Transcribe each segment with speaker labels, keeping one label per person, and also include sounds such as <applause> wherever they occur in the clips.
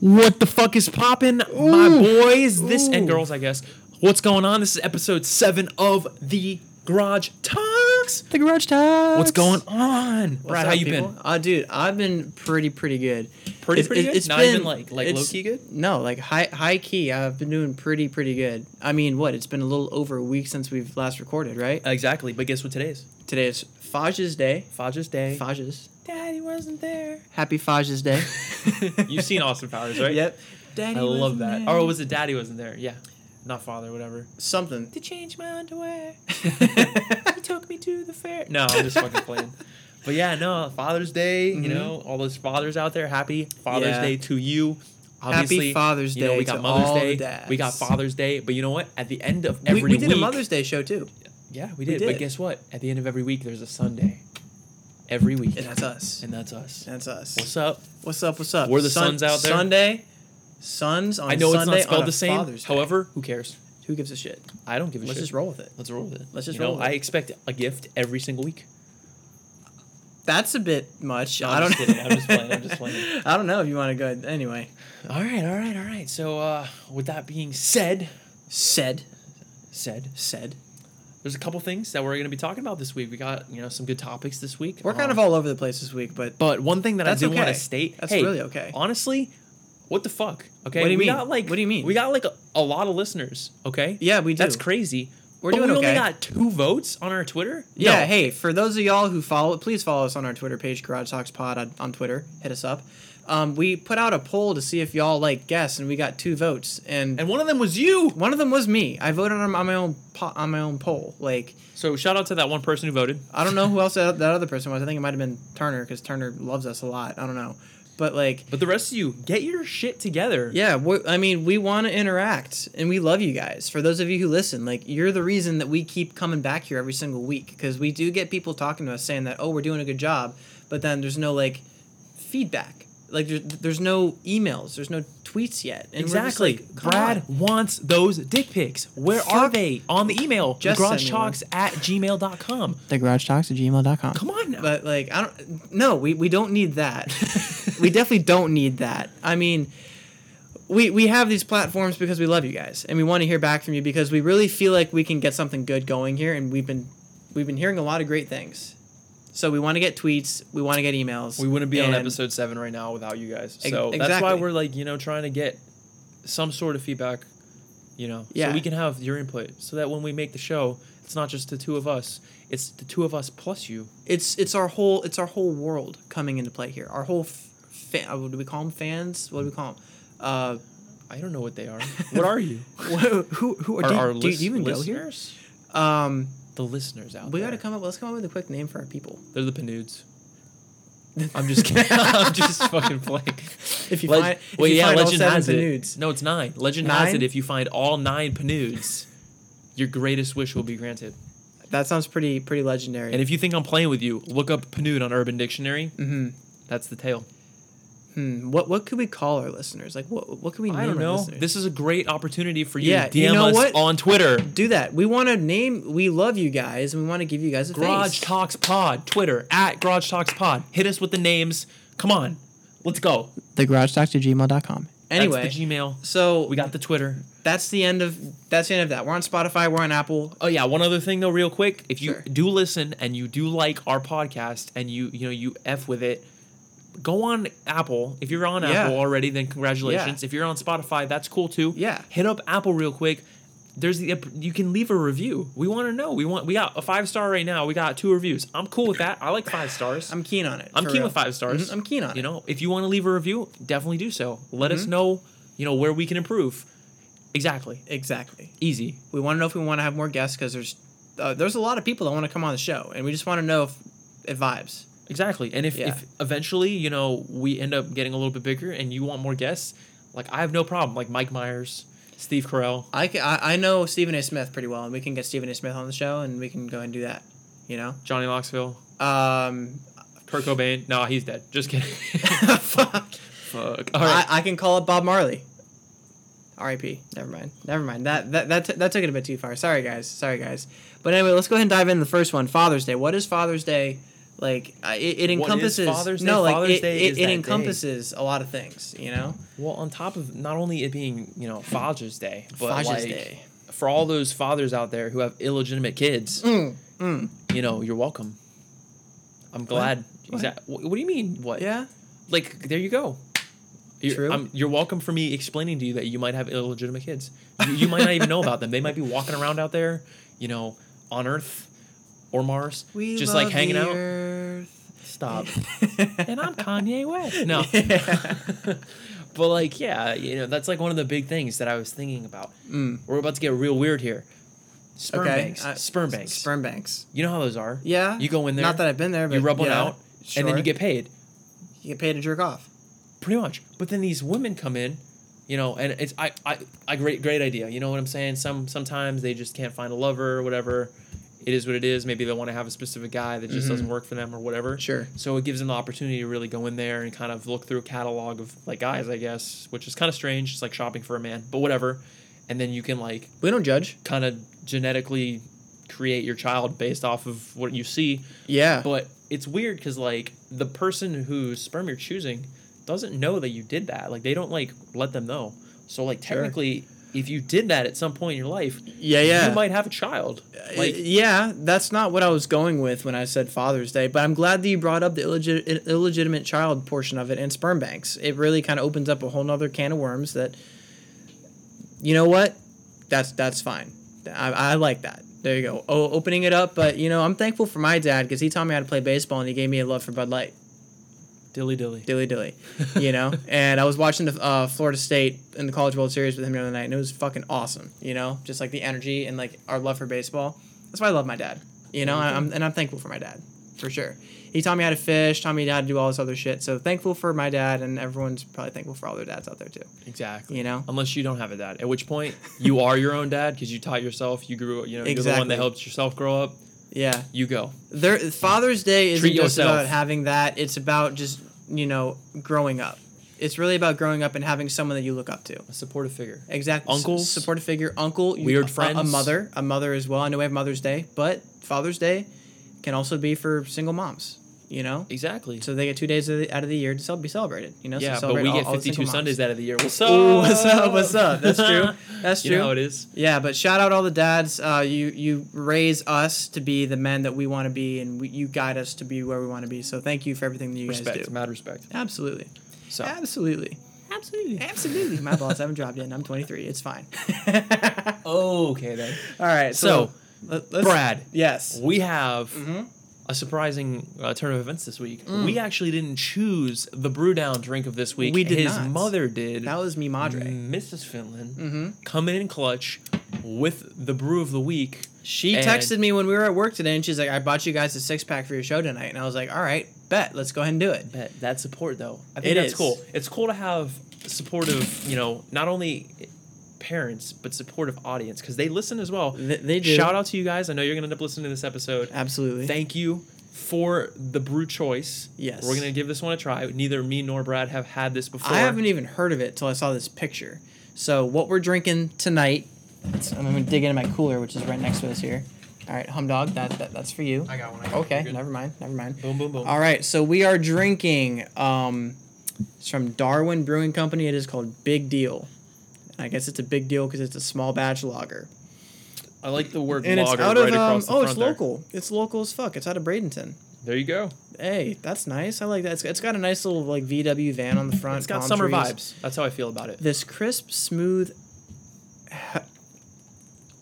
Speaker 1: What the fuck is poppin', my boys? This and girls, I guess. What's going on? This is episode seven of the Garage Talks.
Speaker 2: The garage talk.
Speaker 1: What's going on, Brad?
Speaker 3: up,
Speaker 1: how you
Speaker 3: people?
Speaker 1: been?
Speaker 3: Uh, dude, I've been pretty, pretty good.
Speaker 1: Pretty,
Speaker 3: It's-
Speaker 1: pretty
Speaker 3: it-
Speaker 1: good?
Speaker 3: It's
Speaker 1: Not
Speaker 3: been
Speaker 1: even, like- like
Speaker 3: it's-
Speaker 1: low-key good?
Speaker 3: No, like high, high key. I've been doing pretty, pretty good. I mean, what? It's been a little over a week since we've last recorded, right?
Speaker 1: Exactly, but guess what today is?
Speaker 3: Today is Faj's day.
Speaker 1: Faja's Day.
Speaker 3: Faj's.
Speaker 1: Daddy wasn't there.
Speaker 3: Happy Faj's day.
Speaker 1: <laughs> You've seen Austin Powers, right?
Speaker 3: Yep.
Speaker 1: Daddy I love that. Or was Oh, it Daddy wasn't there? Yeah. Not father, whatever.
Speaker 3: Something.
Speaker 1: To change my <laughs> underwear. he took me to the fair. No, I'm just fucking <laughs> playing. But yeah, no, Father's Day, you know, all those fathers out there, happy Father's
Speaker 3: Mm-hmm. Yeah.
Speaker 1: Day to you.
Speaker 3: Happy Father's
Speaker 1: you know,
Speaker 3: Day
Speaker 1: we got
Speaker 3: to
Speaker 1: Mother's
Speaker 3: all the
Speaker 1: Day. we got
Speaker 3: dads.
Speaker 1: Father's Day, but you know what? At the end of
Speaker 3: We,
Speaker 1: every
Speaker 3: we did
Speaker 1: week,
Speaker 3: a Mother's Day show too,
Speaker 1: yeah, we did. But
Speaker 3: did.
Speaker 1: guess what? At the end of every week, there's a Sunday. Every week,
Speaker 3: and that's us.
Speaker 1: and that's us.
Speaker 3: That's us.
Speaker 1: What's up?
Speaker 3: What's up? What's up?
Speaker 1: We're the sons out there.
Speaker 3: Sunday. Sons on
Speaker 1: I know
Speaker 3: Sunday
Speaker 1: it's not spelled
Speaker 3: on a
Speaker 1: the same.
Speaker 3: Father's Day.
Speaker 1: However, who cares?
Speaker 3: who gives a shit?
Speaker 1: I don't give a
Speaker 3: Let's
Speaker 1: shit.
Speaker 3: just roll with it.
Speaker 1: Let's roll with it.
Speaker 3: Let's just
Speaker 1: You know,
Speaker 3: roll with
Speaker 1: I
Speaker 3: it.
Speaker 1: expect a gift every single week.
Speaker 3: That's a bit much.
Speaker 1: No,
Speaker 3: I
Speaker 1: I'm
Speaker 3: don't.
Speaker 1: just kidding. I'm just playing.
Speaker 3: <laughs>
Speaker 1: I'm just playing.
Speaker 3: I don't know if you want to go. ahead. Anyway,
Speaker 1: All right, all right, all right. So, uh, with that being said,
Speaker 3: said,
Speaker 1: said,
Speaker 3: said.
Speaker 1: there's a couple things that we're going to be talking about this week. We got you know some good topics this week.
Speaker 3: We're kind
Speaker 1: Um,
Speaker 3: of all over the place this week, but
Speaker 1: But one thing that
Speaker 3: That's
Speaker 1: I do want
Speaker 3: okay.
Speaker 1: to state,
Speaker 3: That's
Speaker 1: hey,
Speaker 3: really okay.
Speaker 1: Honestly, what the fuck? Okay,
Speaker 3: What do you
Speaker 1: we
Speaker 3: mean?
Speaker 1: got like
Speaker 3: What do you mean?
Speaker 1: We got like a, a lot of listeners. Okay,
Speaker 3: Yeah, we do.
Speaker 1: That's crazy.
Speaker 3: We're
Speaker 1: but
Speaker 3: doing
Speaker 1: we
Speaker 3: okay.
Speaker 1: only got two votes on our Twitter.
Speaker 3: yeah.
Speaker 1: No.
Speaker 3: Hey, for those of y'all who follow, please follow us on our Twitter page, Garage Talks Pod on, on Twitter. Hit us up. Um, we put out a poll to see if y'all like guests, and we got two votes, and,
Speaker 1: and one of them was you.
Speaker 3: one of them was me. I voted on, on my own po- on my own poll. Like
Speaker 1: So shout out to that one person who voted.
Speaker 3: I don't know who else that, that other person was. I think it might have been Turner because Turner loves us a lot. I don't know, but like
Speaker 1: But the rest of you, get your shit together.
Speaker 3: Yeah, we I mean, we want to interact, and we love you guys. For those of you who listen, like you're the reason that we keep coming back here every single week because we do get people talking to us saying that oh, we're doing a good job, but then there's no like feedback. Like there's, there's no emails, there's no tweets yet. And we're just
Speaker 1: Exactly.
Speaker 3: like, come
Speaker 1: Brad
Speaker 3: on.
Speaker 1: wants those dick pics. Where are
Speaker 3: Fuck.
Speaker 1: they? On the email,
Speaker 3: Just send me one.
Speaker 1: garagetalks at gmail.com.
Speaker 2: The garage talks at gmail.com.
Speaker 1: Come on now.
Speaker 3: But like I don't. No, we we don't need
Speaker 1: <laughs>
Speaker 3: that. we definitely don't need that. I mean. We, we have these platforms because we love you guys and we want to hear back from you because we really feel like we can get something good going here and we've been we've been hearing a lot of great things. So we want to get tweets, we want to get emails.
Speaker 1: we wouldn't be on
Speaker 3: and-
Speaker 1: episode seven right now without you guys.
Speaker 3: Ex-
Speaker 1: So that's why
Speaker 3: exactly.
Speaker 1: we're like, you know, trying to get some sort of feedback, you know, so
Speaker 3: Yeah.
Speaker 1: we can have your input so that when we make the show, it's not just the two of us, it's the two of us plus you.
Speaker 3: It's it's our whole it's our whole world coming into play here. Our whole f- fa- uh, what do we call them fans? What do we call them? Uh, <laughs>
Speaker 1: I don't know what they are. <laughs> what are you?
Speaker 3: who who, who
Speaker 1: Are
Speaker 3: do,
Speaker 1: our
Speaker 3: do you
Speaker 1: lis-
Speaker 3: even go here?
Speaker 1: listeners?
Speaker 3: Um,
Speaker 1: The listeners out
Speaker 3: we
Speaker 1: there.
Speaker 3: got to come up. Let's come up with a quick name for our people.
Speaker 1: They're the Panudes. I'm just kidding. <laughs> I'm just fucking playing.
Speaker 3: If you
Speaker 1: Leg-
Speaker 3: find, if
Speaker 1: well,
Speaker 3: you
Speaker 1: yeah,
Speaker 3: find
Speaker 1: legend
Speaker 3: all seven
Speaker 1: has it.
Speaker 3: nudes.
Speaker 1: No, it's nine. Legend has
Speaker 3: Nine?
Speaker 1: it. If you find all nine panudes, your greatest wish will be granted.
Speaker 3: That sounds pretty pretty legendary.
Speaker 1: And if you think I'm playing with you, look up panud on Urban Dictionary. Mm-hmm. That's the tale.
Speaker 3: Hmm, what what could we call our listeners? Like what what can we name
Speaker 1: I don't
Speaker 3: our
Speaker 1: know.
Speaker 3: listeners?
Speaker 1: This is a great opportunity for you.
Speaker 3: Yeah,
Speaker 1: to DM
Speaker 3: you know
Speaker 1: us
Speaker 3: what?
Speaker 1: on Twitter.
Speaker 3: do that. We want to name. We love you guys, and we want to give you guys a
Speaker 1: Garage
Speaker 3: face.
Speaker 1: Talks Pod. Twitter at Garage Talks Pod. Hit us with the names. Come on, let's go.
Speaker 2: The garage talks at gmail.com.
Speaker 3: Anyway,
Speaker 1: that's the Gmail.
Speaker 3: so
Speaker 1: We got the Twitter.
Speaker 3: that's the end of that's the end of that. We're on Spotify. We're on Apple.
Speaker 1: Oh yeah, one other thing though, real quick. If you
Speaker 3: Sure.
Speaker 1: do listen and you do like our podcast and you you know you f with it, go on Apple. If you're on
Speaker 3: Yeah.
Speaker 1: Apple already, then congratulations.
Speaker 3: Yeah.
Speaker 1: If you're on Spotify, that's cool too.
Speaker 3: Yeah.
Speaker 1: Hit up Apple real quick. There's the you can leave a review. We want to know. We want we got a five star right now. We got two reviews. I'm cool with that. I like five stars.
Speaker 3: I'm keen on it.
Speaker 1: I'm
Speaker 3: for
Speaker 1: keen
Speaker 3: real.
Speaker 1: with five stars.
Speaker 3: Mhm, I'm keen on
Speaker 1: You
Speaker 3: it.
Speaker 1: know, if you want to leave a review, definitely do so. Let
Speaker 3: Mm-hmm.
Speaker 1: us know. You know where we can improve. Exactly.
Speaker 3: Exactly.
Speaker 1: Easy.
Speaker 3: We want to know if we want to have more guests because there's uh, there's a lot of people that want to come on the show, and we just want to know if it vibes.
Speaker 1: Exactly. And if,
Speaker 3: Yeah.
Speaker 1: if eventually, you know, we end up getting a little bit bigger and you want more guests, like I have no problem. Like Mike Myers, Steve Carell.
Speaker 3: I, ca- I, I know Stephen A. Smith pretty well, and we can get Stephen A. Smith on the show, and we can go and do that. You know.
Speaker 1: Johnny Knoxville,
Speaker 3: Um, <laughs>
Speaker 1: Kurt Cobain. Nah, he's dead. Just kidding. <laughs>
Speaker 3: fuck.
Speaker 1: Fuck. All right.
Speaker 3: I, I can call it Bob Marley. R.I.P. Never mind. Never mind. That that that, t- that took it a bit too far. Sorry guys. Sorry guys. But anyway, let's go ahead and dive into the first one. Father's Day. What is Father's Day? Like I- it,
Speaker 1: What
Speaker 3: it
Speaker 1: is
Speaker 3: encompasses
Speaker 1: Father's Day?
Speaker 3: no, like
Speaker 1: Father's
Speaker 3: it,
Speaker 1: Day
Speaker 3: it,
Speaker 1: is
Speaker 3: it
Speaker 1: that day.
Speaker 3: encompasses a lot of things. You know,
Speaker 1: Well, on top of not only it being you know Father's Day, but
Speaker 3: Father's
Speaker 1: like
Speaker 3: Day.
Speaker 1: for all those fathers out there who have illegitimate kids, you know, you're welcome. I'm glad.
Speaker 3: What?
Speaker 1: Exact- wh- What? do you mean? What?
Speaker 3: yeah,
Speaker 1: Like there you go. You're,
Speaker 3: True.
Speaker 1: I'm- you're welcome for me explaining to you that you might have illegitimate kids. You, you might not even know about them. They might be walking around out there, you know, on Earth or Mars, just like hanging out.
Speaker 3: <laughs>
Speaker 1: Stop. and I'm Kanye West. No. <laughs> but like, yeah, you know, that's like one of the big things that I was thinking about. Mm. We're about to get real weird here. Sperm
Speaker 3: okay,
Speaker 1: banks.
Speaker 3: I-
Speaker 1: sperm banks.
Speaker 3: Sperm banks.
Speaker 1: you know how those are?
Speaker 3: Yeah.
Speaker 1: You go in there.
Speaker 3: Not that I've been there, but
Speaker 1: You rub one
Speaker 3: yeah,
Speaker 1: out, and then
Speaker 3: sure.
Speaker 1: you get paid,
Speaker 3: You get paid to jerk off.
Speaker 1: pretty much. But then these women come in, you know, and it's I, I, I great great idea. You know what I'm saying? Some sometimes they just can't find a lover or whatever. It is what it is. Maybe they want to have a specific guy that just doesn't work for them or whatever.
Speaker 3: Sure.
Speaker 1: So it gives them the opportunity to really go in there and kind of look through a catalog of like guys, I guess, which is kind of strange. It's like shopping for a man, but whatever. And then you can like
Speaker 3: We don't judge.
Speaker 1: kind of genetically create your child based off of what you see.
Speaker 3: Yeah.
Speaker 1: But it's weird because like the person whose sperm you're choosing doesn't know that you did that. Like they don't like let them know. So like technically, if you did that at some point in your life,
Speaker 3: Yeah, yeah.
Speaker 1: you might have a child.
Speaker 3: like,
Speaker 1: Like
Speaker 3: yeah, that's not what I was going with when I said Father's Day, but I'm glad that you brought up the illegit- illegitimate child portion of it and sperm banks. It really kind of opens up a whole nother can of worms that, you know what, that's that's fine. I, I like that. There you go. Oh, opening it up, but you know I'm thankful for my dad because he taught me how to play baseball and he gave me a love for Bud Light.
Speaker 1: dilly dilly.
Speaker 3: Dilly dilly, <laughs> you know. <laughs> and I was watching the uh, Florida State in the College World Series with him the other night, and it was fucking awesome. You know, just like the energy and like our love for baseball. That's why I love my dad. You know, I, I'm, and I'm thankful for my dad for sure. He taught me how to fish, taught me how to do all this other shit. So thankful for my dad, and everyone's probably thankful for all their dads out there too.
Speaker 1: Exactly.
Speaker 3: You know?
Speaker 1: unless you don't have a dad, at which point you are your own dad because you taught yourself. You grew. You know, you're the one
Speaker 3: Exactly.
Speaker 1: that helps yourself grow up.
Speaker 3: Yeah,
Speaker 1: You go.
Speaker 3: There, Father's Day isn't
Speaker 1: Treat
Speaker 3: just
Speaker 1: yourself.
Speaker 3: about having that. It's about just you know growing up. It's really about growing up and having someone that you look up to.
Speaker 1: A supportive figure.
Speaker 3: Exactly. S-
Speaker 1: Uncles?
Speaker 3: supportive figure, uncle, you-
Speaker 1: Weird
Speaker 3: a-
Speaker 1: friends?
Speaker 3: a, mother, a mother as well. I know we have Mother's Day, but Father's Day can also be for single moms. You know,
Speaker 1: Exactly.
Speaker 3: so they get two days of the, out of the year to cel- be celebrated. You know,
Speaker 1: yeah, but
Speaker 3: so celebrate
Speaker 1: we
Speaker 3: all-
Speaker 1: get
Speaker 3: all the
Speaker 1: 52
Speaker 3: single moms.
Speaker 1: Sundays out of the year. What's
Speaker 3: Ooh,
Speaker 1: up?
Speaker 3: what's up? What's up? That's true. That's true.
Speaker 1: <laughs> You know how it is.
Speaker 3: Yeah, but shout out all the dads. Uh, you you raise us to be the men that we want to be, and we, you guide us to be where we want to be. So thank you for everything that you guys
Speaker 1: Respect.
Speaker 3: do.
Speaker 1: Mad respect.
Speaker 3: Absolutely,
Speaker 1: So
Speaker 3: absolutely, absolutely, absolutely. My balls haven't dropped yet. and I'm 23. It's fine.
Speaker 1: <laughs> okay then.
Speaker 3: All right. So,
Speaker 1: So,
Speaker 3: let, us
Speaker 1: Brad.
Speaker 3: Yes.
Speaker 1: We have
Speaker 3: Mm-hmm.
Speaker 1: a surprising uh, turn of events this week. We actually didn't choose the brew down drink of this week.
Speaker 3: Mm. We did
Speaker 1: His
Speaker 3: not.
Speaker 1: mother did.
Speaker 3: That was Mm-hmm. me, Madre.
Speaker 1: Mrs. Finland coming in clutch with the brew of the week.
Speaker 3: She
Speaker 1: And-
Speaker 3: texted me when we were at work today, and she's like, "I bought you guys a six pack for your show tonight," and I was like, "All right, bet. Let's go ahead and do it."
Speaker 1: Bet that's support though. I
Speaker 3: It
Speaker 1: think that's
Speaker 3: is.
Speaker 1: cool. It's cool to have supportive, you know, not only parents but supportive audience because they listen as well.
Speaker 3: Th- they do.
Speaker 1: Shout out to you guys. I know you're gonna end up listening to this episode.
Speaker 3: Absolutely.
Speaker 1: Thank you for the brew choice.
Speaker 3: Yes.
Speaker 1: we're gonna give this one a try. Neither me nor Brad have had this before.
Speaker 3: I haven't even heard of it till I saw this picture. So what we're drinking tonight? it's- I'm gonna dig into my cooler, which is right next to us here. All right, humdog, that, that that's for you. I got one. e- okay, never mind, never mind.
Speaker 1: Boom, boom, boom.
Speaker 3: All right, so we are drinking. Um, it's from Darwin Brewing Company. It is called Big Deal. And I guess it's a big deal because it's a small batch lager.
Speaker 1: I like the word
Speaker 3: And
Speaker 1: lager
Speaker 3: it's out
Speaker 1: right
Speaker 3: of um,
Speaker 1: across the
Speaker 3: oh,
Speaker 1: front
Speaker 3: it's
Speaker 1: there.
Speaker 3: local. It's local as fuck. It's out of Bradenton.
Speaker 1: There you go.
Speaker 3: Hey, that's nice. I like that. It's, it's got a nice little like VW van on the front.
Speaker 1: It's got
Speaker 3: palm
Speaker 1: summer
Speaker 3: trees
Speaker 1: vibes. That's how I feel about it.
Speaker 3: this crisp, smooth.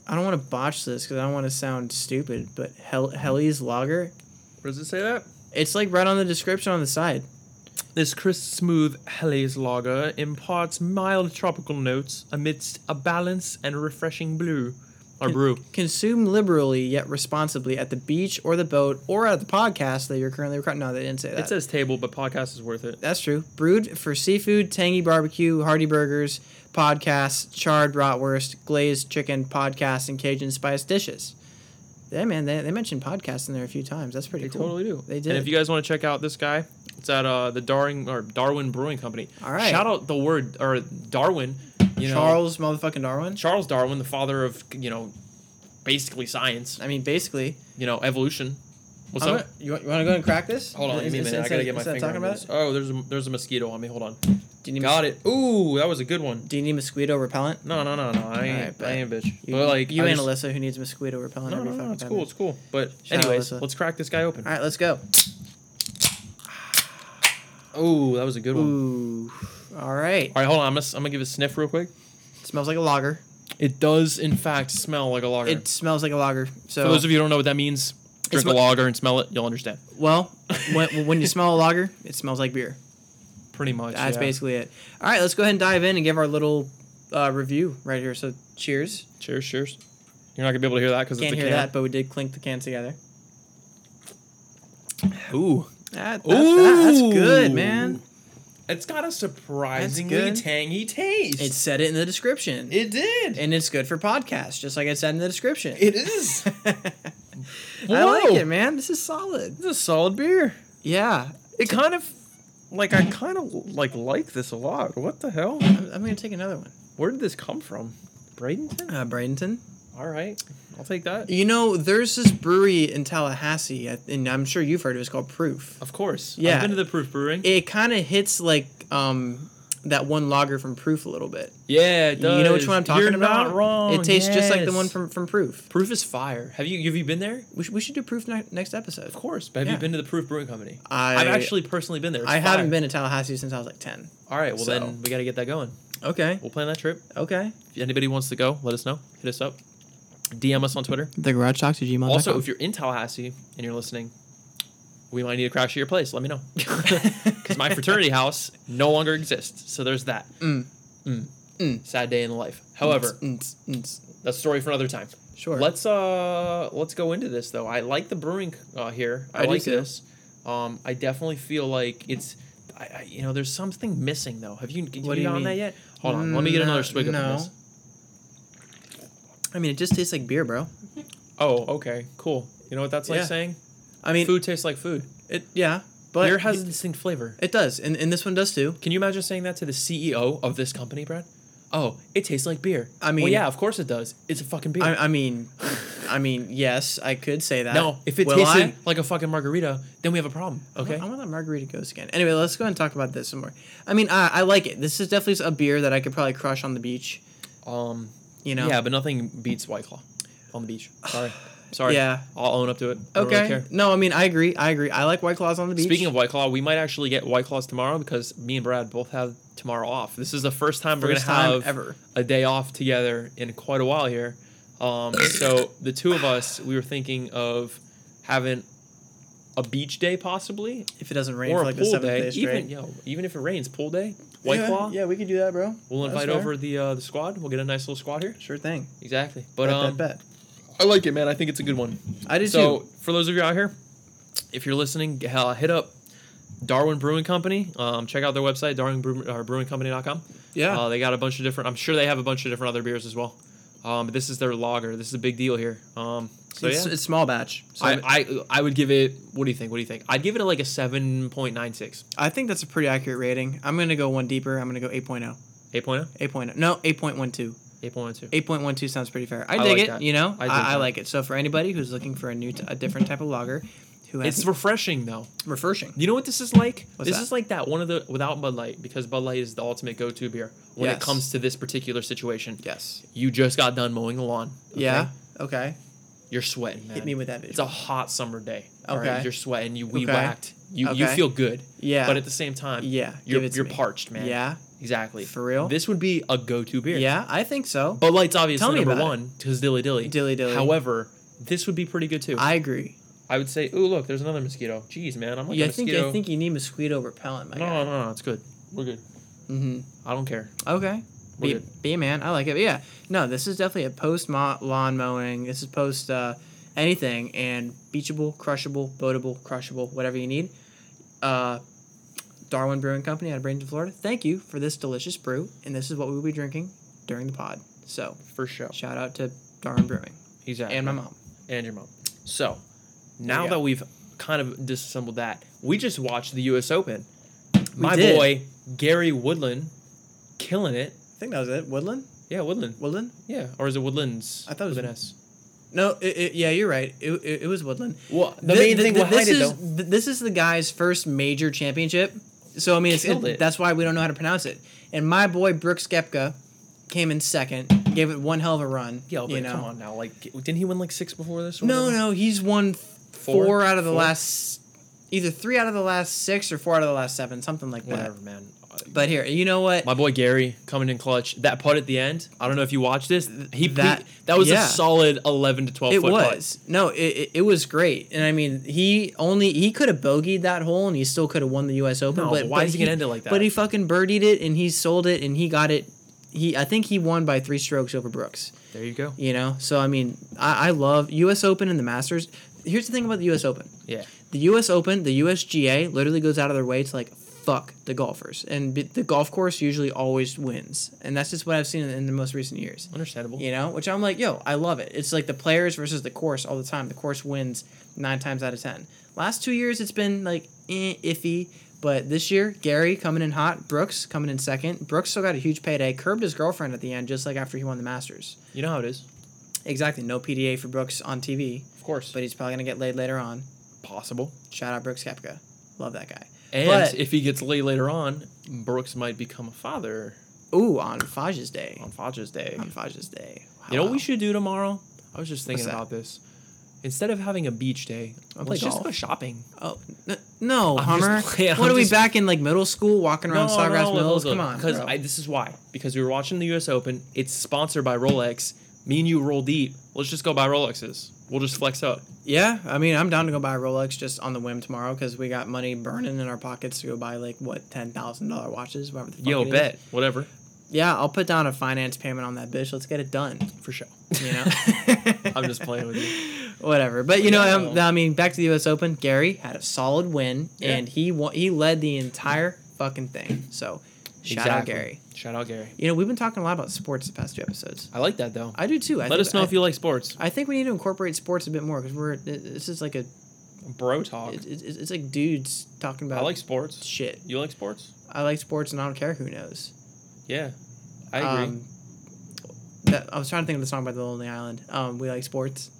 Speaker 3: I don't want to botch this because I don't want to sound stupid, but Hel- Helly's Lager.
Speaker 1: Where does it say that?
Speaker 3: It's like right on the description on the side.
Speaker 1: This crisp, smooth Helles lager imparts mild tropical notes amidst a balanced and refreshing blue. Or brew.
Speaker 3: Consume liberally yet responsibly at the beach or the boat or at the podcast that you're currently recording. No, they didn't say that.
Speaker 1: It says table, but podcast is worth it.
Speaker 3: That's true. Brewed for seafood, tangy barbecue, hearty burgers, podcasts, charred bratwurst, glazed chicken, podcasts, and Cajun spice dishes. Yeah, man, they, they mentioned podcasts in there a few times. That's pretty
Speaker 1: They
Speaker 3: cool.
Speaker 1: totally do.
Speaker 3: They did.
Speaker 1: And if you guys want to check out this guy, it's at uh, the Darwin or Darwin Brewing Company.
Speaker 3: All right.
Speaker 1: Shout out the word or Darwin. You know,
Speaker 3: Charles motherfucking Darwin.
Speaker 1: Charles Darwin, the father of you know, basically science.
Speaker 3: I mean, basically,
Speaker 1: You know, evolution. What's
Speaker 3: I'm
Speaker 1: up?
Speaker 3: gonna- you want, to go ahead and crack this?
Speaker 1: Hold on,
Speaker 3: Is-
Speaker 1: give me a
Speaker 3: is-
Speaker 1: minute. I
Speaker 3: is
Speaker 1: gotta
Speaker 3: that-
Speaker 1: get my
Speaker 3: is that
Speaker 1: finger.
Speaker 3: talking
Speaker 1: on
Speaker 3: about
Speaker 1: this.
Speaker 3: it?
Speaker 1: Oh, there's a, theres a mosquito on me. Hold on.
Speaker 3: Do you need
Speaker 1: Got it. Ooh, that was a good one.
Speaker 3: Do you need mosquito repellent?
Speaker 1: No, no, no, no. I ain't,
Speaker 3: Alright, bet.
Speaker 1: I ain't a bitch.
Speaker 3: You,
Speaker 1: but like
Speaker 3: you
Speaker 1: I
Speaker 3: and
Speaker 1: just-
Speaker 3: Alyssa, who needs mosquito repellent
Speaker 1: No,
Speaker 3: every
Speaker 1: no, no,
Speaker 3: fucking
Speaker 1: it's
Speaker 3: time.
Speaker 1: cool. It's cool. But
Speaker 3: Shout out,
Speaker 1: anyways,
Speaker 3: Alyssa.
Speaker 1: let's crack this guy open.
Speaker 3: All right, let's go.
Speaker 1: Oh, that was a good one.
Speaker 3: Ooh. All right.
Speaker 1: All right, hold on. I'm gonna, s- I'm gonna give it a sniff real quick.
Speaker 3: smells like a lager.
Speaker 1: It does, in fact, smell like a lager.
Speaker 3: It smells like a lager. So,
Speaker 1: For those of you who don't know what that means, drink a
Speaker 3: mu-
Speaker 1: lager and smell it. You'll understand.
Speaker 3: well, when, when you smell a lager, it smells
Speaker 1: <laughs>
Speaker 3: like beer.
Speaker 1: Pretty much.
Speaker 3: That's
Speaker 1: yeah.
Speaker 3: basically it. All right, let's go ahead and dive in and give our little uh, review right here. So, cheers.
Speaker 1: Cheers, cheers. You're not gonna be able to hear that because it's
Speaker 3: Can't
Speaker 1: a
Speaker 3: hear
Speaker 1: can.
Speaker 3: that, but we did clink the cans together.
Speaker 1: Ooh,
Speaker 3: That, that- that- that's good,
Speaker 1: Ooh.
Speaker 3: man.
Speaker 1: it's got a surprisingly
Speaker 3: good.
Speaker 1: tangy taste.
Speaker 3: It said it in the description.
Speaker 1: it did.
Speaker 3: and it's good for podcasts, just like I said in the description. <laughs>
Speaker 1: it is.
Speaker 3: I like
Speaker 1: Whoa.
Speaker 3: it, man. This is solid.
Speaker 1: It's a solid beer.
Speaker 3: Yeah.
Speaker 1: It kind of, like, I kind of like like this a lot. What the hell?
Speaker 3: I'm, I'm going to take another one.
Speaker 1: Where did this come from? Bradenton.
Speaker 3: Uh, Bradenton.
Speaker 1: All right, I'll take that.
Speaker 3: You know, there's this brewery in Tallahassee, uh, and I'm sure you've heard of it. It's called Proof.
Speaker 1: Of course.
Speaker 3: Yeah.
Speaker 1: I've been to the Proof Brewing.
Speaker 3: It kind of hits like um, that one lager from Proof a little bit.
Speaker 1: yeah, it
Speaker 3: You know which
Speaker 1: does.
Speaker 3: one I'm talking
Speaker 1: You're
Speaker 3: about?
Speaker 1: not wrong.
Speaker 3: It tastes just like the
Speaker 1: yes.
Speaker 3: one from, from Proof.
Speaker 1: Proof is fire. Have you have you been there?
Speaker 3: We, sh- we should do Proof ne- next episode.
Speaker 1: Of course. But have
Speaker 3: Yeah.
Speaker 1: you been to the Proof Brewing Company?
Speaker 3: I-
Speaker 1: have actually personally been there. It's
Speaker 3: I haven't
Speaker 1: fire.
Speaker 3: been to Tallahassee since I was like 10.
Speaker 1: All right. Well,
Speaker 3: so-
Speaker 1: then we got to get that going.
Speaker 3: Okay.
Speaker 1: We'll plan that trip.
Speaker 3: Okay.
Speaker 1: If anybody wants to go, let us know. Hit us up. DM us on Twitter.
Speaker 2: The garage talks at gmail.com.
Speaker 1: Also, <laughs> if you're in Tallahassee and you're listening, we might need to crash at your place. Let
Speaker 3: <laughs>
Speaker 1: me know. Because my fraternity house no longer exists. So there's that.
Speaker 3: Mm.
Speaker 1: Mm.
Speaker 3: Mm.
Speaker 1: Sad day in the life. However,
Speaker 3: Mm, mm, mm.
Speaker 1: that's a story for another time.
Speaker 3: Sure.
Speaker 1: Let's uh let's go into this though. I like the brewing uh, here. I,
Speaker 3: I do
Speaker 1: like
Speaker 3: too.
Speaker 1: this. Um, I definitely feel like it's, I, I you know, there's something missing though. Have you have
Speaker 3: What do
Speaker 1: you
Speaker 3: you
Speaker 1: gotten that
Speaker 3: mean? Mm,
Speaker 1: yet? Hold on, let me get
Speaker 3: No-
Speaker 1: another swig of this.
Speaker 3: I mean, it just tastes like beer, bro.
Speaker 1: Oh, okay, cool. You know what that's like
Speaker 3: Yeah.
Speaker 1: saying?
Speaker 3: I mean,
Speaker 1: food tastes like food.
Speaker 3: it yeah, but
Speaker 1: Beer has a distinct flavor.
Speaker 3: it does, and, and this one does too.
Speaker 1: Can you imagine saying that to the CEO of this company, Brad? Oh, it tastes like beer.
Speaker 3: I
Speaker 1: well,
Speaker 3: mean-
Speaker 1: yeah, of course it does. It's a fucking beer.
Speaker 3: I, I mean, I mean, yes, I could say that.
Speaker 1: no, if it
Speaker 3: Will
Speaker 1: tasted
Speaker 3: I?
Speaker 1: like a fucking margarita, then we have a problem. Okay.
Speaker 3: I want that margarita goes again. Anyway, let's go ahead and talk about this some more. I mean, I, I like it. This is definitely a beer that I could probably crush on the beach.
Speaker 1: Um,
Speaker 3: You know.
Speaker 1: Yeah, but nothing beats White Claw on the
Speaker 3: <sighs>
Speaker 1: beach. Sorry. Sorry.
Speaker 3: Yeah.
Speaker 1: I'll own up to it. I don't really
Speaker 3: Okay.
Speaker 1: care.
Speaker 3: no, I mean, I agree. I agree. I like White Claws on the beach.
Speaker 1: Speaking of White Claw, we might actually get White Claws tomorrow because me and Brad both have tomorrow off. This is the first time we we're
Speaker 3: First
Speaker 1: gonna
Speaker 3: time
Speaker 1: have
Speaker 3: ever.
Speaker 1: a day off together in quite a while here. Um, so the two of us, we were thinking of having a beach day possibly,
Speaker 3: if it doesn't rain
Speaker 1: or
Speaker 3: for
Speaker 1: a
Speaker 3: like the
Speaker 1: pool
Speaker 3: seventh
Speaker 1: day.
Speaker 3: day, straight.
Speaker 1: Even yo, even if it rains, pool day, White
Speaker 3: yeah,
Speaker 1: Claw.
Speaker 3: Yeah, we could do that, bro.
Speaker 1: We'll
Speaker 3: That's
Speaker 1: invite
Speaker 3: fair.
Speaker 1: over the uh, the squad. We'll get a nice little squad here.
Speaker 3: Sure thing.
Speaker 1: Exactly. But
Speaker 3: bet,
Speaker 1: um,
Speaker 3: bet, bet.
Speaker 1: I like it, man. I think it's a good one.
Speaker 3: I did
Speaker 1: So,
Speaker 3: too.
Speaker 1: for those of you out here, if you're listening, g- uh, hit up Darwin Brewing Company. Um, check out their website, uh, darwinbrewingcompany.com.
Speaker 3: Yeah.
Speaker 1: Uh, they got a bunch of different, I'm sure they have a bunch of different other beers as well. Um, but this is their lager. This is a big deal here. Um, so,
Speaker 3: it's,
Speaker 1: yeah.
Speaker 3: it's small batch. So
Speaker 1: I, I, I would give it, what do you think? What do you think? I'd give it like a 7.96.
Speaker 3: I think that's a pretty accurate rating. I'm going to go one deeper. I'm going to go oh. 8.0.
Speaker 1: 8.0?
Speaker 3: 8.0. oh. No, 8.12.
Speaker 1: 8.12.
Speaker 3: 8.12 sounds pretty fair. I,
Speaker 1: I
Speaker 3: dig
Speaker 1: like
Speaker 3: it,
Speaker 1: that.
Speaker 3: you know?
Speaker 1: I
Speaker 3: I,
Speaker 1: dig
Speaker 3: I,
Speaker 1: that.
Speaker 3: like it. So for anybody who's looking for a new t- a different type of lager who has
Speaker 1: It's refreshing, though.
Speaker 3: refreshing.
Speaker 1: You know what this is like?
Speaker 3: oh What's
Speaker 1: this
Speaker 3: that?
Speaker 1: is like that one of the without Bud Light because Bud Light is the ultimate go-to beer when it
Speaker 3: Yes.
Speaker 1: comes to this particular situation.
Speaker 3: Yes.
Speaker 1: You just got done mowing the lawn. okay?
Speaker 3: Yeah. Okay.
Speaker 1: You're sweating.
Speaker 3: Hit
Speaker 1: man.
Speaker 3: me with that
Speaker 1: It's a
Speaker 3: visual.
Speaker 1: hot summer day. Okay.
Speaker 3: Okay.
Speaker 1: You're sweating. You we
Speaker 3: Okay.
Speaker 1: whacked. You you
Speaker 3: Okay.
Speaker 1: feel good.
Speaker 3: Yeah.
Speaker 1: But at the same time,
Speaker 3: Yeah,
Speaker 1: you're
Speaker 3: give it to
Speaker 1: you're
Speaker 3: me.
Speaker 1: parched, man.
Speaker 3: Yeah.
Speaker 1: Exactly.
Speaker 3: For real?
Speaker 1: This would be a go-to beer.
Speaker 3: Yeah, I think so.
Speaker 1: Bud Light's obviously
Speaker 3: Tell me
Speaker 1: number
Speaker 3: about it.
Speaker 1: one because Dilly Dilly.
Speaker 3: Dilly Dilly.
Speaker 1: However, this would be pretty good too. I,
Speaker 3: I agree.
Speaker 1: would say, oh look, there's another mosquito. Jeez, man, I'm like
Speaker 3: Yeah,
Speaker 1: a
Speaker 3: I think
Speaker 1: mosquito.
Speaker 3: I think you need mosquito repellent, my
Speaker 1: no,
Speaker 3: guy.
Speaker 1: no, no, it's good. We're good.
Speaker 3: Mm-hmm.
Speaker 1: I don't care.
Speaker 3: Okay.
Speaker 1: We're
Speaker 3: Be,
Speaker 1: good.
Speaker 3: be man, I like it. But yeah, no, this is definitely a post mo- lawn mowing. This is post uh, anything and beachable, crushable, boatable, crushable, whatever you need. Uh, Darwin Brewing Company out of Bradenton, Florida. Thank you for this delicious brew, and this is what we will be drinking during the pod. So
Speaker 1: For sure.
Speaker 3: shout out to Darwin Brewing
Speaker 1: Exactly.
Speaker 3: and my mom.
Speaker 1: and your mom. So, now
Speaker 3: Yeah.
Speaker 1: that we've kind of disassembled that, we just watched the U.S. Open. My
Speaker 3: did.
Speaker 1: boy Gary Woodland, killing it.
Speaker 3: I think that was it. Woodland.
Speaker 1: Yeah, Woodland.
Speaker 3: Woodland.
Speaker 1: Yeah, or is it Woodlands?
Speaker 3: I thought it was-
Speaker 1: with an S.
Speaker 3: No, it, it, yeah, you're right. It, it, it was Woodland.
Speaker 1: Well, the
Speaker 3: Thi-
Speaker 1: main
Speaker 3: thi-
Speaker 1: thing
Speaker 3: thi-
Speaker 1: behind
Speaker 3: this
Speaker 1: it,
Speaker 3: is-
Speaker 1: though-
Speaker 3: th- this is the guy's first major championship. So I mean, it's,
Speaker 1: Killed
Speaker 3: it-
Speaker 1: it.
Speaker 3: that's why we don't know how to pronounce it. And my boy Brooks Skepka came in second, gave it one hell of a run.
Speaker 1: Yeah, but
Speaker 3: you know?
Speaker 1: come on now. Like, didn't he win like six before this? or
Speaker 3: No,
Speaker 1: whatever?
Speaker 3: no, he's won four,
Speaker 1: Four?
Speaker 3: out of the
Speaker 1: Four?
Speaker 3: last, either three out of the last six or four out of the last seven, something like that.
Speaker 1: Whatever, man.
Speaker 3: But here, you know what?
Speaker 1: My boy Gary coming in clutch. That putt at the end. I don't know if you watched this. He
Speaker 3: That-
Speaker 1: that that was
Speaker 3: yeah.
Speaker 1: a solid eleven to twelve.
Speaker 3: it
Speaker 1: foot putt.
Speaker 3: was no, it, it, it was great, and I mean, he only he could have bogeyed that hole, and he still could have won the U.S. Open.
Speaker 1: No,
Speaker 3: but
Speaker 1: but why
Speaker 3: but
Speaker 1: is he gonna end it like that?
Speaker 3: But he fucking birdied it, and he sold it, and he got it. He I think he won by three strokes over Brooks.
Speaker 1: There you go.
Speaker 3: You know, so I mean, I, I love U.S. Open and the Masters. Here's the thing about the U.S. Open.
Speaker 1: Yeah.
Speaker 3: the U.S. Open, the USGA literally goes out of their way to like fuck the golfers, and b- the golf course usually always wins, and that's just what I've seen in, in the most recent years.
Speaker 1: Understandable.
Speaker 3: You know, which I'm like, yo, I love it. It's like the players versus the course all the time. The course wins nine times out of ten. Last two years, it's been like eh, iffy, but this year, Gary coming in hot, Brooks coming in second. Brooks still got a huge payday. Curbed his girlfriend at the end, just like after he won the Masters.
Speaker 1: You know how it is.
Speaker 3: Exactly, no PDA for Brooks on TV,
Speaker 1: Of course.
Speaker 3: but he's probably gonna get laid later on.
Speaker 1: possible.
Speaker 3: Shout out Brooks Kepka. Love that guy.
Speaker 1: And
Speaker 3: But-
Speaker 1: if he gets laid later on, Brooks might become a father
Speaker 3: Ooh, on Fage's Day.
Speaker 1: on Father's Day.
Speaker 3: On Fage's Day.
Speaker 1: You know what
Speaker 3: Wow.
Speaker 1: we should do tomorrow? I was just thinking
Speaker 3: that?
Speaker 1: about this. Instead of having a beach day,
Speaker 3: I'll
Speaker 1: let's
Speaker 3: play
Speaker 1: just
Speaker 3: golf.
Speaker 1: go shopping.
Speaker 3: Oh n- no,
Speaker 1: I'm
Speaker 3: Hummer.
Speaker 1: just- <laughs> yeah,
Speaker 3: what
Speaker 1: I'm
Speaker 3: are we
Speaker 1: just-
Speaker 3: back in like middle school, walking around Sawgrass Mills? Come on,
Speaker 1: Because
Speaker 3: bro.
Speaker 1: this is why. Because we were watching the U.S. Open. It's sponsored by Rolex. Me and you roll deep. Let's just go buy Rolexes. We'll just flex up.
Speaker 3: yeah, I mean, I'm down to go buy a Rolex just on the whim tomorrow because we got money burning in our pockets to go buy like what ten thousand dollar watches, whatever the fuck
Speaker 1: Yo,
Speaker 3: it is.
Speaker 1: bet whatever
Speaker 3: Yeah, I'll put down a finance payment on that bitch. Let's get it done.
Speaker 1: for sure.
Speaker 3: You know,
Speaker 1: <laughs> I'm just playing with you.
Speaker 3: <laughs> whatever. But you know,
Speaker 1: Yeah.
Speaker 3: um, I mean, back to the U.S. Open. Gary had a solid win,
Speaker 1: Yeah.
Speaker 3: and he won- he led the entire fucking thing. So, shout out
Speaker 1: Exactly.
Speaker 3: Gary.
Speaker 1: Shout out Gary.
Speaker 3: You know, we've been talking a lot about sports the past two episodes.
Speaker 1: I like that though.
Speaker 3: I do too. I
Speaker 1: Let
Speaker 3: think-
Speaker 1: us know
Speaker 3: I-
Speaker 1: if you like sports.
Speaker 3: I think we need to incorporate sports a bit more because we're th- this is like a
Speaker 1: Bro talk.
Speaker 3: it's, it's, it's like dudes talking about
Speaker 1: I like sports.
Speaker 3: shit.
Speaker 1: You like sports?
Speaker 3: I like sports and I don't care who knows.
Speaker 1: Yeah, I agree.
Speaker 3: Um, that, I was trying to think of the song by The Lonely Island. Um, we
Speaker 1: <laughs>
Speaker 3: like sports.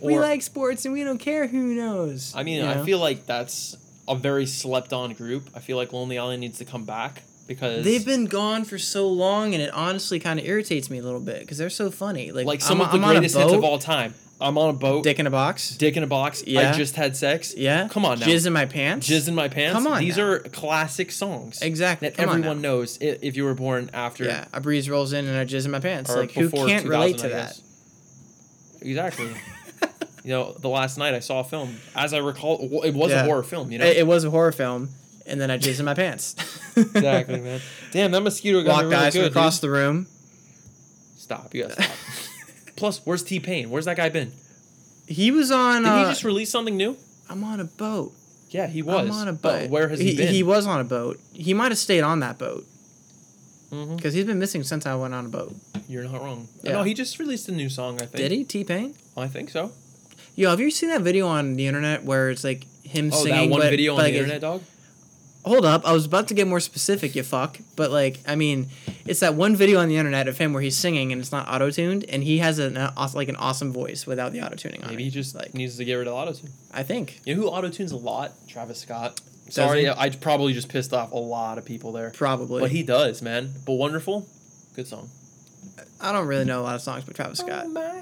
Speaker 3: we
Speaker 1: Or-
Speaker 3: like sports and we don't care who knows.
Speaker 1: I mean,
Speaker 3: you
Speaker 1: I
Speaker 3: know?
Speaker 1: feel like that's a very slept on group. I feel like Lonely Island needs to come back because
Speaker 3: They've been gone for so long, and it honestly kind of irritates me a little bit because they're so funny. Like,
Speaker 1: like some
Speaker 3: I'm-
Speaker 1: of the
Speaker 3: I'm on a
Speaker 1: greatest hits
Speaker 3: boat,
Speaker 1: of all time. I'm on a boat, dick,
Speaker 3: Dick in a box.
Speaker 1: in a box.
Speaker 3: Yeah.
Speaker 1: I just had sex.
Speaker 3: Yeah.
Speaker 1: come on now.
Speaker 3: Jizz in my pants.
Speaker 1: Jizz in my pants.
Speaker 3: Come on
Speaker 1: These
Speaker 3: now.
Speaker 1: are classic songs.
Speaker 3: Exactly.
Speaker 1: That
Speaker 3: Come on now.
Speaker 1: everyone knows i- if you were born after
Speaker 3: Yeah, a breeze rolls in and I jizz in my pants.
Speaker 1: or
Speaker 3: like who
Speaker 1: before
Speaker 3: can't relate to
Speaker 1: 2000, I
Speaker 3: that?
Speaker 1: guess. Exactly.
Speaker 3: <laughs>
Speaker 1: you know, the last night I saw a film. As I recall, w- it was
Speaker 3: Yeah.
Speaker 1: a horror film. You know,
Speaker 3: It, it was a horror film, and then I jizzed in my pants.
Speaker 1: exactly, man. Damn, that mosquito got
Speaker 3: <laughs> Walked
Speaker 1: me really
Speaker 3: eyes from
Speaker 1: good.
Speaker 3: across
Speaker 1: dude.
Speaker 3: the room. <laughs>
Speaker 1: Stop. You gotta stop. Plus, where's T Pain? Where's that guy been?
Speaker 3: He was on.
Speaker 1: Did
Speaker 3: uh,
Speaker 1: he just release something new?
Speaker 3: I'm on a boat.
Speaker 1: Yeah, he was.
Speaker 3: I'm on a boat.
Speaker 1: But where has he, been?
Speaker 3: He was on a boat. He might have stayed on that boat
Speaker 1: Mhm.
Speaker 3: because he's been missing since I went on a boat.
Speaker 1: You're not wrong.
Speaker 3: Yeah.
Speaker 1: No, he just released a new song. I think.
Speaker 3: Did he? T Pain.
Speaker 1: I think so.
Speaker 3: Yo, have you seen that video on the internet where it's like him
Speaker 1: Oh, that
Speaker 3: singing?
Speaker 1: one
Speaker 3: but-
Speaker 1: video on
Speaker 3: but
Speaker 1: the
Speaker 3: like it's-
Speaker 1: internet, dog.
Speaker 3: Hold up, I was about to get more specific, you fuck. But like, I mean, it's that one video on the internet of him where he's singing and it's not auto tuned, and he has an uh, aw- like an awesome voice without the auto tuning on.
Speaker 1: Maybe
Speaker 3: it.
Speaker 1: he just
Speaker 3: like.
Speaker 1: needs to get rid of auto tune.
Speaker 3: I think
Speaker 1: You know who auto tunes a lot? Travis Scott. Sorry,
Speaker 3: he?
Speaker 1: I probably just pissed off a lot of people there.
Speaker 3: probably.
Speaker 1: But he does, man. But wonderful, good song.
Speaker 3: I don't really know a lot of songs by Travis Scott.
Speaker 1: Oh my.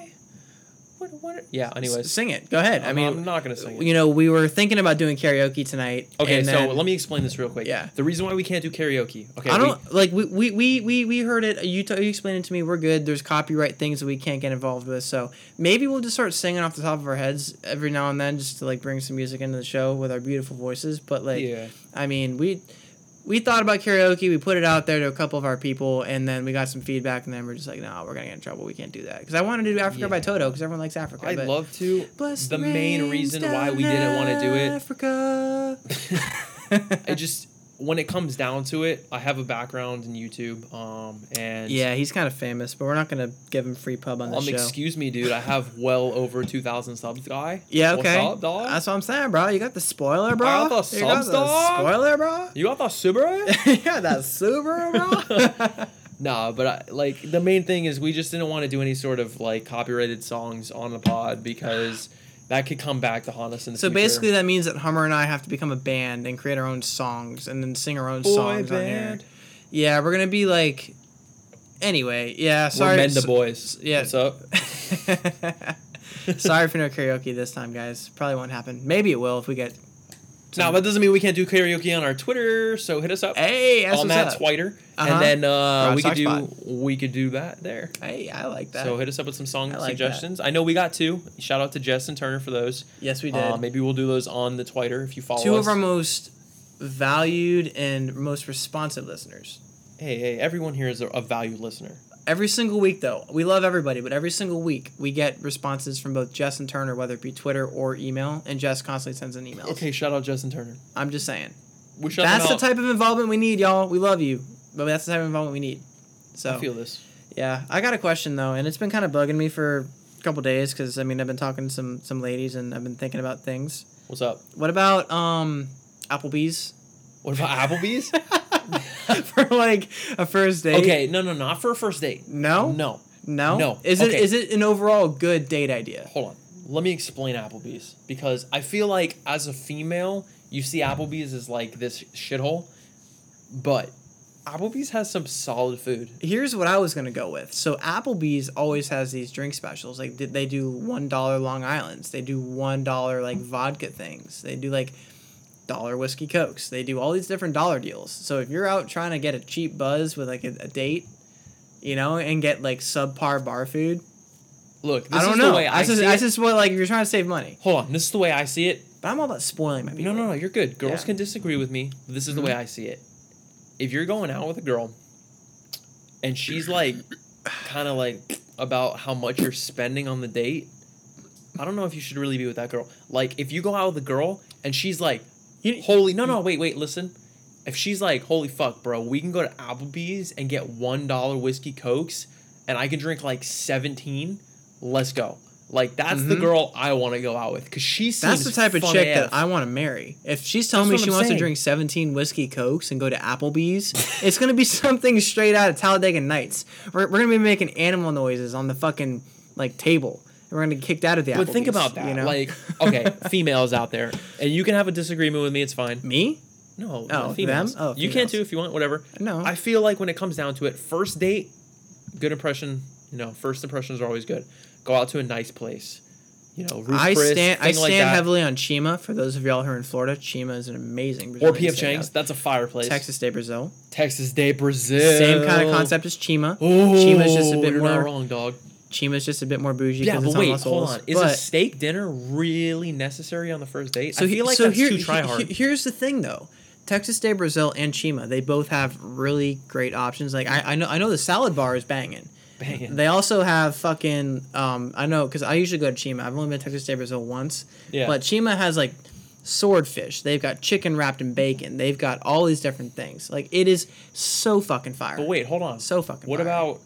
Speaker 1: What, what yeah.
Speaker 3: S-
Speaker 1: Anyways,
Speaker 3: sing it. Go ahead. i
Speaker 1: I'm-
Speaker 3: mean,
Speaker 1: I'm not gonna sing it.
Speaker 3: You know, we were thinking about doing karaoke tonight.
Speaker 1: okay.
Speaker 3: and
Speaker 1: So
Speaker 3: then-
Speaker 1: let me explain this real quick.
Speaker 3: Yeah.
Speaker 1: The reason why we can't do karaoke. Okay.
Speaker 3: I
Speaker 1: we-
Speaker 3: don't like we, we, we, we, we heard it. You, t- you explained it to me. We're good. There's copyright things that we can't get involved with. So maybe we'll just start singing off the top of our heads every now and then, just to like bring some music into the show with our beautiful voices. But like,
Speaker 1: yeah.
Speaker 3: I mean, we we thought about karaoke. We put it out there to a couple of our people, and then we got some feedback, and then we're just like, no, we're gonna get in trouble. We can't do that because I wanted to do Africa by
Speaker 1: Yeah.
Speaker 3: Toto because everyone likes Africa.
Speaker 1: I'd
Speaker 3: but-
Speaker 1: love to.
Speaker 3: Bless
Speaker 1: the main reason why we didn't want to do it
Speaker 3: Africa.
Speaker 1: <laughs> I just when it comes down to it, I have a background in YouTube, um, and
Speaker 3: yeah, he's kind of famous, but we're not gonna give him free pub on
Speaker 1: um,
Speaker 3: this show.
Speaker 1: excuse me, dude, I have well over two thousand subs, guy.
Speaker 3: yeah, okay.
Speaker 1: What's up, dog?
Speaker 3: That's what I'm saying, bro. You got the spoiler, bro.
Speaker 1: I got the
Speaker 3: you got
Speaker 1: subs,
Speaker 3: the
Speaker 1: dog.
Speaker 3: spoiler, bro. <laughs>
Speaker 1: you got the Subaru? <laughs>
Speaker 3: you got that Subaru, bro. <laughs>
Speaker 1: Nah, but I, like the main thing is we just didn't want to do any sort of like copyrighted songs on the pod because that could come back to haunt us in the
Speaker 3: So
Speaker 1: future.
Speaker 3: basically, that means that Hummer and I have to become a band and create our own songs and then sing our own songs on air. Yeah, we're gonna be like. Anyway, yeah. Sorry.
Speaker 1: We're men
Speaker 3: s-
Speaker 1: the boys.
Speaker 3: yeah.
Speaker 1: What's up?
Speaker 3: <laughs> sorry for no karaoke this time, guys. Probably won't happen. Maybe it will if we get.
Speaker 1: No, that doesn't mean we can't do karaoke on our Twitter. So hit us up
Speaker 3: Hey, that's
Speaker 1: on
Speaker 3: what's
Speaker 1: that
Speaker 3: up.
Speaker 1: Twitter,
Speaker 3: Uh-huh.
Speaker 1: and then uh,
Speaker 3: Or on
Speaker 1: we could do
Speaker 3: Sockspot.
Speaker 1: we could do that there.
Speaker 3: Hey, I like that.
Speaker 1: So hit us up with some song
Speaker 3: I like that.
Speaker 1: suggestions. I know we got two. Shout out to Jess and Turner for those.
Speaker 3: yes, we did.
Speaker 1: Uh, maybe we'll do those on the Twitter if you follow
Speaker 3: Two
Speaker 1: us.
Speaker 3: of our most valued and most responsive listeners.
Speaker 1: hey, hey, everyone here is a, a valued listener.
Speaker 3: Every single week, though, we love everybody, but every single week we get responses from both Jess and Turner, whether it be Twitter or email, and Jess constantly sends an email.
Speaker 1: Okay, shout out Jess and Turner.
Speaker 3: I'm just saying.
Speaker 1: We shout
Speaker 3: that's
Speaker 1: them
Speaker 3: the
Speaker 1: out.
Speaker 3: type of involvement we need, y'all. We love you, but that's the type of involvement we need. So
Speaker 1: I feel this.
Speaker 3: yeah, I got a question though, and it's been kind of bugging me for a couple days because I mean I've been talking to some some ladies and I've been thinking about things.
Speaker 1: What's up?
Speaker 3: What about um Applebee's <laughs>
Speaker 1: What about Applebee's?
Speaker 3: for like a first date?
Speaker 1: okay, no, no, not for a first date.
Speaker 3: No?
Speaker 1: no.
Speaker 3: No.
Speaker 1: No.
Speaker 3: Is it
Speaker 1: Okay.
Speaker 3: is it an overall good date idea?
Speaker 1: Hold on. Let me explain Applebee's because I feel like as a female, you see Applebee's as like this shithole, but Applebee's has some solid food.
Speaker 3: Here's what I was gonna go with. So Applebee's always has these drink specials. Like th- they do one dollar Long Island's. They do one dollar like vodka things. They do like dollar whiskey cokes. They do all these different dollar deals. So if you're out trying to get a cheap buzz with like a, a date, you know, and get like subpar bar food,
Speaker 1: Look, this
Speaker 3: I don't
Speaker 1: is
Speaker 3: know.
Speaker 1: the way I,
Speaker 3: that's just,
Speaker 1: see
Speaker 3: that's
Speaker 1: it.
Speaker 3: just what like if you're trying to save money.
Speaker 1: Hold on. This is the way I see it.
Speaker 3: But I'm all about spoiling my people.
Speaker 1: No, no, no. You're good. Girls
Speaker 3: Yeah. Mm-hmm.
Speaker 1: can disagree with me. but This is the way I see it. If you're going out with a girl and she's like, kind of like about how much you're spending on the date, I don't know if you should really be with that girl. Like, if you go out with a girl and she's like,
Speaker 3: You-
Speaker 1: holy, no, no, wait, wait, listen. If she's like, holy fuck, bro, we can go to Applebee's and get $1 whiskey cokes and I can drink like 17, let's go. Like, that's the
Speaker 3: Mhm.
Speaker 1: girl I want to go out with because she seems
Speaker 3: That's the type of
Speaker 1: fun
Speaker 3: chick
Speaker 1: AF.
Speaker 3: that I want to marry. If she's telling
Speaker 1: That's
Speaker 3: me
Speaker 1: what
Speaker 3: she
Speaker 1: I'm
Speaker 3: wants
Speaker 1: saying.
Speaker 3: to drink 17 whiskey cokes and go to Applebee's, <laughs> it's going to be something straight out of Talladega Nights. We're, we're going to be making animal noises on the fucking like table. And we're going to get kicked out of the Applebee's.
Speaker 1: But think about that.
Speaker 3: you know?
Speaker 1: Like,
Speaker 3: <laughs>
Speaker 1: okay, females out there, and you can have a disagreement with me. It's fine.
Speaker 3: me?
Speaker 1: No,
Speaker 3: Oh,
Speaker 1: no, females.
Speaker 3: them? Oh,
Speaker 1: You can
Speaker 3: females.
Speaker 1: too if you want. Whatever.
Speaker 3: No.
Speaker 1: I feel like when it comes down to it, first date, good impression. You know, first impressions are always good. Go out to a nice place. You know, Ruth's
Speaker 3: I
Speaker 1: Chris,
Speaker 3: stand I
Speaker 1: thing like
Speaker 3: stand
Speaker 1: that.
Speaker 3: heavily on Chima. For those of y'all who are in Florida, Chima is an amazing
Speaker 1: or
Speaker 3: Brazilian
Speaker 1: P.F.
Speaker 3: steakhouse.
Speaker 1: Chang's. That's a fireplace.
Speaker 3: Texas Day Brazil.
Speaker 1: Texas Day, Brazil.
Speaker 3: Same kind of concept as Chima.
Speaker 1: Oh,
Speaker 3: Chima's just a bit
Speaker 1: you're
Speaker 3: more
Speaker 1: not wrong, dog.
Speaker 3: Chima's just a bit more bougie
Speaker 1: Yeah,
Speaker 3: because
Speaker 1: but
Speaker 3: it's on
Speaker 1: wait,
Speaker 3: Los
Speaker 1: hold
Speaker 3: Olas,
Speaker 1: on. Is
Speaker 3: but-
Speaker 1: a steak dinner really necessary on the first date?
Speaker 3: So
Speaker 1: I feel
Speaker 3: he-
Speaker 1: like
Speaker 3: so
Speaker 1: that's
Speaker 3: here,
Speaker 1: too try
Speaker 3: he-
Speaker 1: hard.
Speaker 3: he- here's the thing though. Texas Day Brazil and Chima, they both have really great options. Like I, I know I know the salad bar is banging.
Speaker 1: Banging.
Speaker 3: They also have fucking um I know cuz I usually go to Chima. I've only been to Texas Day Brazil once.
Speaker 1: Yeah.
Speaker 3: But Chima has like swordfish. They've got chicken wrapped in bacon. They've got all these different things. Like it is so fucking fire.
Speaker 1: But wait, hold on.
Speaker 3: So fucking
Speaker 1: What
Speaker 3: fire.
Speaker 1: about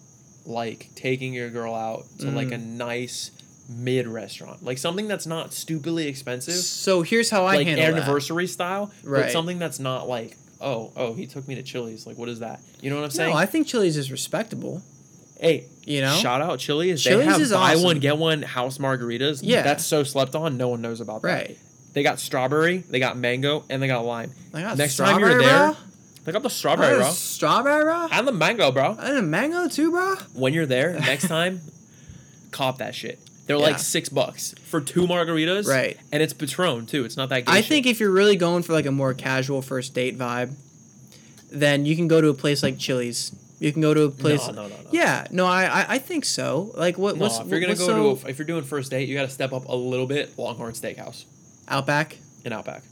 Speaker 1: like taking your girl out to like a
Speaker 3: Mm.
Speaker 1: nice mid restaurant, like something that's not stupidly expensive,
Speaker 3: So here's how I
Speaker 1: like
Speaker 3: handle that.
Speaker 1: anniversary style,
Speaker 3: Right.
Speaker 1: but something that's not like oh oh he took me to Chili's, like what is that? You know what I'm saying?
Speaker 3: No, I think Chili's is respectable.
Speaker 1: hey,
Speaker 3: you know?
Speaker 1: shout out Chili's.
Speaker 3: Chili's
Speaker 1: they have
Speaker 3: is
Speaker 1: buy
Speaker 3: awesome.
Speaker 1: one get one house margaritas.
Speaker 3: Yeah.
Speaker 1: that's so slept on. No one knows about that.
Speaker 3: Right.
Speaker 1: They got strawberry, they got mango, and they got lime.
Speaker 3: They got
Speaker 1: Next time you're
Speaker 3: strawberry,
Speaker 1: there,
Speaker 3: bro?
Speaker 1: they got the strawberry, bro,
Speaker 3: Strawberry raw?
Speaker 1: and the mango, bro.
Speaker 3: And a mango too, bro?
Speaker 1: when you're there next time, cop that shit. They're
Speaker 3: Yeah.
Speaker 1: like six bucks for two margaritas,
Speaker 3: Right.
Speaker 1: And it's Patron too. It's not that. Gay
Speaker 3: I
Speaker 1: shit.
Speaker 3: think if you're really going for like a more casual first date vibe, then you can go to a place like Chili's. You can go to a place.
Speaker 1: no, no, no.
Speaker 3: Yeah, no, I, I, I think so. Like what?
Speaker 1: no,
Speaker 3: what's,
Speaker 1: if you're gonna
Speaker 3: what's
Speaker 1: go
Speaker 3: so
Speaker 1: to a, if you're doing first date, you got to step up a little bit. Longhorn Steakhouse
Speaker 3: Outback?
Speaker 1: in Outback.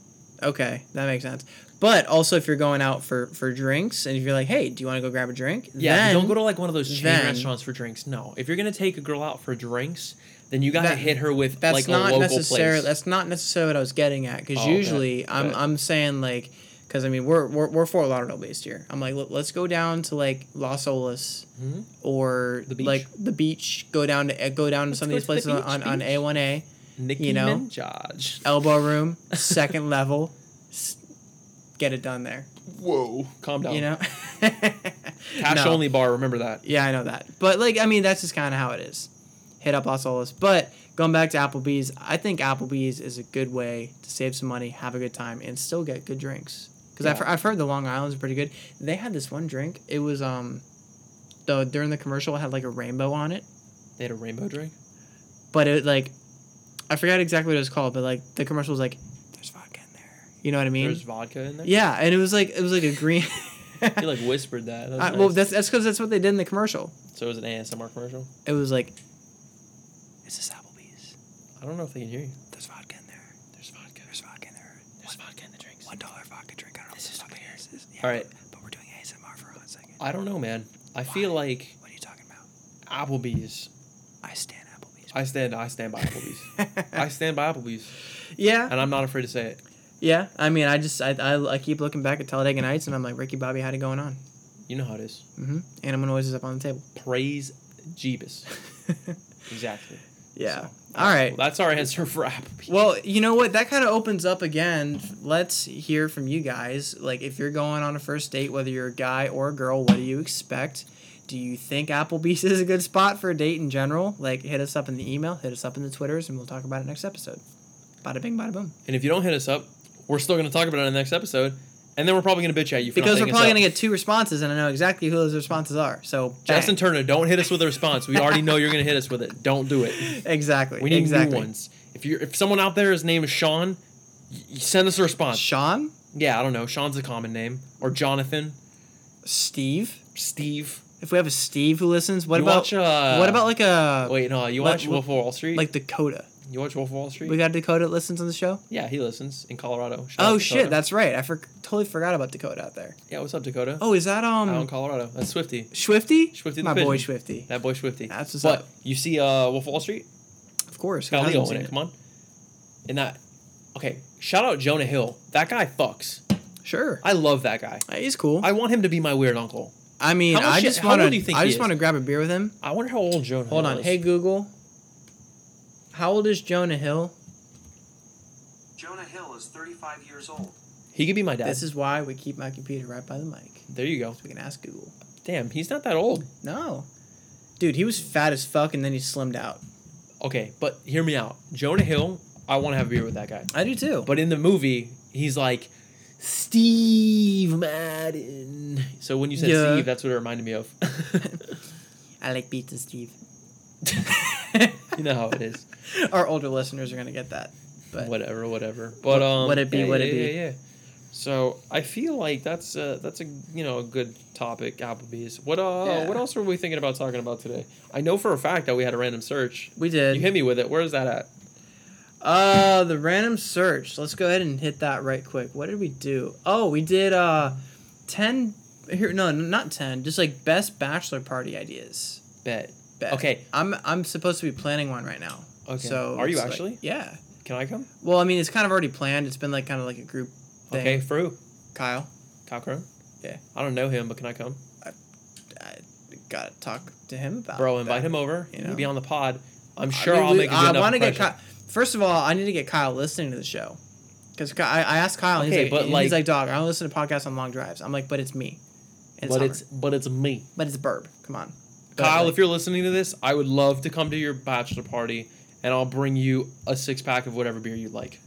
Speaker 3: Okay, that makes sense. But also, if you're going out for for drinks, and if you're like, hey, do you want to go grab a drink?
Speaker 1: Yeah,
Speaker 3: Then-
Speaker 1: don't go to like one of those chain
Speaker 3: then-
Speaker 1: restaurants for drinks. No, if you're gonna take a girl out for drinks, then you gotta
Speaker 3: That-
Speaker 1: hit her with
Speaker 3: That's
Speaker 1: like a
Speaker 3: not
Speaker 1: local
Speaker 3: necessarily.
Speaker 1: place.
Speaker 3: That's not necessarily what I was getting at. Because
Speaker 1: Oh, okay,
Speaker 3: usually I'm
Speaker 1: okay.
Speaker 3: I'm saying like, because I mean we're we're we're Fort Lauderdale based here. I'm like, "Let- let's go down to like Las Olas,
Speaker 1: Hmm?
Speaker 3: or
Speaker 1: The beach.
Speaker 3: like the beach. Go down to eh, go down to some of
Speaker 1: go
Speaker 3: these
Speaker 1: to the
Speaker 3: places
Speaker 1: beach,
Speaker 3: on on
Speaker 1: beach.
Speaker 3: A one A,
Speaker 1: Nicki
Speaker 3: you know?
Speaker 1: Minaj.
Speaker 3: elbow room,
Speaker 1: <laughs>
Speaker 3: second level. S- Get it done there, <laughs>
Speaker 1: Whoa, calm down.
Speaker 3: you know.
Speaker 1: Cash
Speaker 3: no.
Speaker 1: only bar. Remember that.
Speaker 3: Yeah, I know that. But like, I mean, that's just kind of how it is. Hit up Los Olas. But going back to Applebee's, I think Applebee's is a good way to save some money, have a good time, and still get good drinks. Because I've,
Speaker 1: Yeah.
Speaker 3: I've heard the Long Island's are pretty good. They had this one drink. It was um, the during the commercial it had like a rainbow on it,
Speaker 1: They had a rainbow drink.
Speaker 3: but it like, I forgot exactly what it was called, but like the commercial was like, "There's vodka in there." You know what I mean?
Speaker 1: There's vodka in there.
Speaker 3: yeah, and it was like it was like
Speaker 1: <laughs>
Speaker 3: a green.
Speaker 1: He like whispered that. That was
Speaker 3: <laughs> I, Well,
Speaker 1: nice.
Speaker 3: that's that's because that's what they did in the commercial.
Speaker 1: so it was an ASMR commercial.
Speaker 3: It was like, "Is this Applebee's?"
Speaker 1: I don't know if they can hear you.
Speaker 3: There's vodka in there.
Speaker 1: There's vodka.
Speaker 3: There's vodka in there.
Speaker 1: There's vodka in the drinks.
Speaker 3: One dollar vodka drink. I don't know this what the fuck it is. Yeah,
Speaker 1: All right.
Speaker 3: But, but we're doing ASMR for a hot second.
Speaker 1: I don't know, man. I feel like
Speaker 3: What are you talking about?
Speaker 1: Applebee's.
Speaker 3: I stand Applebee's.
Speaker 1: I stand. I stand by
Speaker 3: <laughs>
Speaker 1: Applebee's. <laughs> I stand by Applebee's,
Speaker 3: yeah.
Speaker 1: and I'm not afraid to say it.
Speaker 3: Yeah. I mean, I just I, I, I keep looking back at Talladega Nights and I'm like, Ricky Bobby had it going on.
Speaker 1: You know how it is.
Speaker 3: Mm-hmm. Animal noises up on the table. <laughs>
Speaker 1: Praise Jeebus. Exactly.
Speaker 3: yeah.
Speaker 1: So,
Speaker 3: All right.
Speaker 1: Well, that's our answer for Applebee's.
Speaker 3: Well, you know what? That kind of opens up again. Let's hear from you guys. Like, if you're going on a first date, whether you're a guy or a girl, what do you expect? Do you think Applebee's <laughs> is a good spot for a date in general? Like, hit us up in the email, hit us up in the Twitters, and we'll talk about it next episode. Bada bing, bada boom.
Speaker 1: And if you don't hit us up, we're still going to talk about it in the next episode, and then we're probably going to bitch at you for not
Speaker 3: Because we're
Speaker 1: hitting us
Speaker 3: probably
Speaker 1: up.
Speaker 3: going to get two responses, and I know exactly who those responses are. So, bang.
Speaker 1: Justin Turner, don't hit us with a response. We already know you're going to hit us with it. Don't do it.
Speaker 3: exactly.
Speaker 1: We need
Speaker 3: exactly.
Speaker 1: new ones. If you are if someone out there, his name is Sean, y- y- send us a response.
Speaker 3: Sean,
Speaker 1: yeah, I don't know. Sean's a common name, or Jonathan,
Speaker 3: Steve.
Speaker 1: Steve.
Speaker 3: If we have a Steve who listens, what
Speaker 1: You
Speaker 3: about
Speaker 1: watch, uh,
Speaker 3: what about like a
Speaker 1: Wait, no, you
Speaker 3: What-
Speaker 1: watch Wolf of Wall Street.
Speaker 3: like Dakota?
Speaker 1: you watch Wolf of Wall Street.
Speaker 3: We got Dakota that listens on the show.
Speaker 1: yeah, he listens in Colorado. Shout out
Speaker 3: Oh
Speaker 1: to
Speaker 3: shit,
Speaker 1: Dakota.
Speaker 3: that's right. I for- totally forgot about Dakota out there.
Speaker 1: yeah. What's up, Dakota?
Speaker 3: Oh, is that
Speaker 1: out in
Speaker 3: um
Speaker 1: Colorado. That's Swifty.
Speaker 3: Swifty?
Speaker 1: Swifty the
Speaker 3: my boy
Speaker 1: Pigeon.
Speaker 3: Swifty.
Speaker 1: That boy Swifty.
Speaker 3: That's what's
Speaker 1: but
Speaker 3: up.
Speaker 1: you see, uh, Wolf of Wall Street.
Speaker 3: Of course.
Speaker 1: It's
Speaker 3: who
Speaker 1: got Leo
Speaker 3: hasn't
Speaker 1: in
Speaker 3: seen
Speaker 1: it. Come on. And that. Okay, shout out Jonah Hill. That guy fucks.
Speaker 3: Sure.
Speaker 1: I love that guy.
Speaker 3: Uh, He's cool. I,
Speaker 1: I want him to be my weird uncle.
Speaker 3: mean,
Speaker 1: How much
Speaker 3: I
Speaker 1: shit-
Speaker 3: just
Speaker 1: how
Speaker 3: want
Speaker 1: old do you
Speaker 3: to.
Speaker 1: think
Speaker 3: I
Speaker 1: he
Speaker 3: just
Speaker 1: is?
Speaker 3: want to grab a beer with him.
Speaker 1: I wonder how old Jonah.
Speaker 3: Hold
Speaker 1: Hill
Speaker 3: on.
Speaker 1: is.
Speaker 3: Hey Google. How old is Jonah Hill?
Speaker 4: Jonah Hill is 35 years old.
Speaker 1: he could be my dad.
Speaker 3: This is why we keep my computer right by the mic.
Speaker 1: there you go.
Speaker 3: So we can ask Google.
Speaker 1: Damn, he's not that old.
Speaker 3: No. Dude, he was fat as fuck and then he slimmed out.
Speaker 1: Okay, but hear me out. Jonah Hill. I want to have a beer with that guy.
Speaker 3: I do too.
Speaker 1: But in the movie, he's like Steve Madden. So when you said
Speaker 3: Yeah.
Speaker 1: Steve, that's what it reminded me of. <laughs>
Speaker 3: I like Beats and Steve.
Speaker 1: you know how it is.
Speaker 3: <laughs> Our older listeners are gonna get that. But
Speaker 1: whatever, whatever. But um,
Speaker 3: what it be,
Speaker 1: yeah,
Speaker 3: what
Speaker 1: yeah,
Speaker 3: it be.
Speaker 1: Yeah, yeah. So I feel like that's uh that's a you know a good topic. Applebee's. What uh
Speaker 3: Yeah.
Speaker 1: what else were we thinking about talking about today? I know for a fact that we had a random search.
Speaker 3: we did.
Speaker 1: You hit me with it. Where is that at?
Speaker 3: Uh, the random search. Let's go ahead and hit that right quick. What did we do? Oh, we did uh, ten. Here, no, not ten. Just like best bachelor party ideas.
Speaker 1: Bet.
Speaker 3: Bet.
Speaker 1: Okay.
Speaker 3: I'm I'm supposed to be planning one right now.
Speaker 1: Okay.
Speaker 3: So
Speaker 1: Are you
Speaker 3: it's like-
Speaker 1: actually?
Speaker 3: yeah.
Speaker 1: Can I come?
Speaker 3: Well, I mean, it's kind of already planned. It's been like kind of like a group thing.
Speaker 1: Okay, for who?
Speaker 3: Kyle,
Speaker 1: Kyle Cronin?
Speaker 3: Yeah.
Speaker 1: I don't know him, but can I come?
Speaker 3: I gotta talk to him about.
Speaker 1: Bro, invite
Speaker 3: that.
Speaker 1: him over.
Speaker 3: you know.
Speaker 1: He'll be on the pod. I'm
Speaker 3: I
Speaker 1: sure
Speaker 3: mean,
Speaker 1: I'll
Speaker 3: we-
Speaker 1: make a good
Speaker 3: I
Speaker 1: enough
Speaker 3: wanna
Speaker 1: impression.
Speaker 3: get Kyle. First of all, I need to get Kyle listening to the show. Because I, I asked Kyle, and
Speaker 1: Okay,
Speaker 3: he's, like,
Speaker 1: but,
Speaker 3: and
Speaker 1: like-
Speaker 3: he's like, dog, I don't listen to podcasts on long drives. I'm like, but it's me. And
Speaker 1: but
Speaker 3: Hummer.
Speaker 1: it's but it's me.
Speaker 3: But it's burb. Come on.
Speaker 1: Kyle, if you're listening to this, I would love to come to your bachelor party and I'll bring you a six pack of whatever beer you'd like.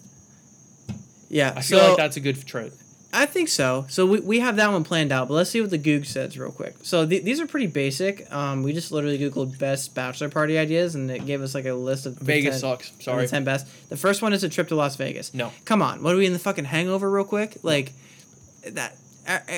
Speaker 3: yeah,
Speaker 1: I feel
Speaker 3: so
Speaker 1: like that's a good trend.
Speaker 3: I think so. So we, we have that one planned out, but let's see what the Goog says real quick. So th- these are pretty basic. Um, we just literally googled best bachelor party ideas, and it gave us like a list of the
Speaker 1: Vegas
Speaker 3: 10
Speaker 1: sucks.
Speaker 3: of the
Speaker 1: Sorry.
Speaker 3: ten best. The first one is a trip to Las Vegas.
Speaker 1: No.
Speaker 3: come on. What are we in the fucking Hangover real quick? Like that. e-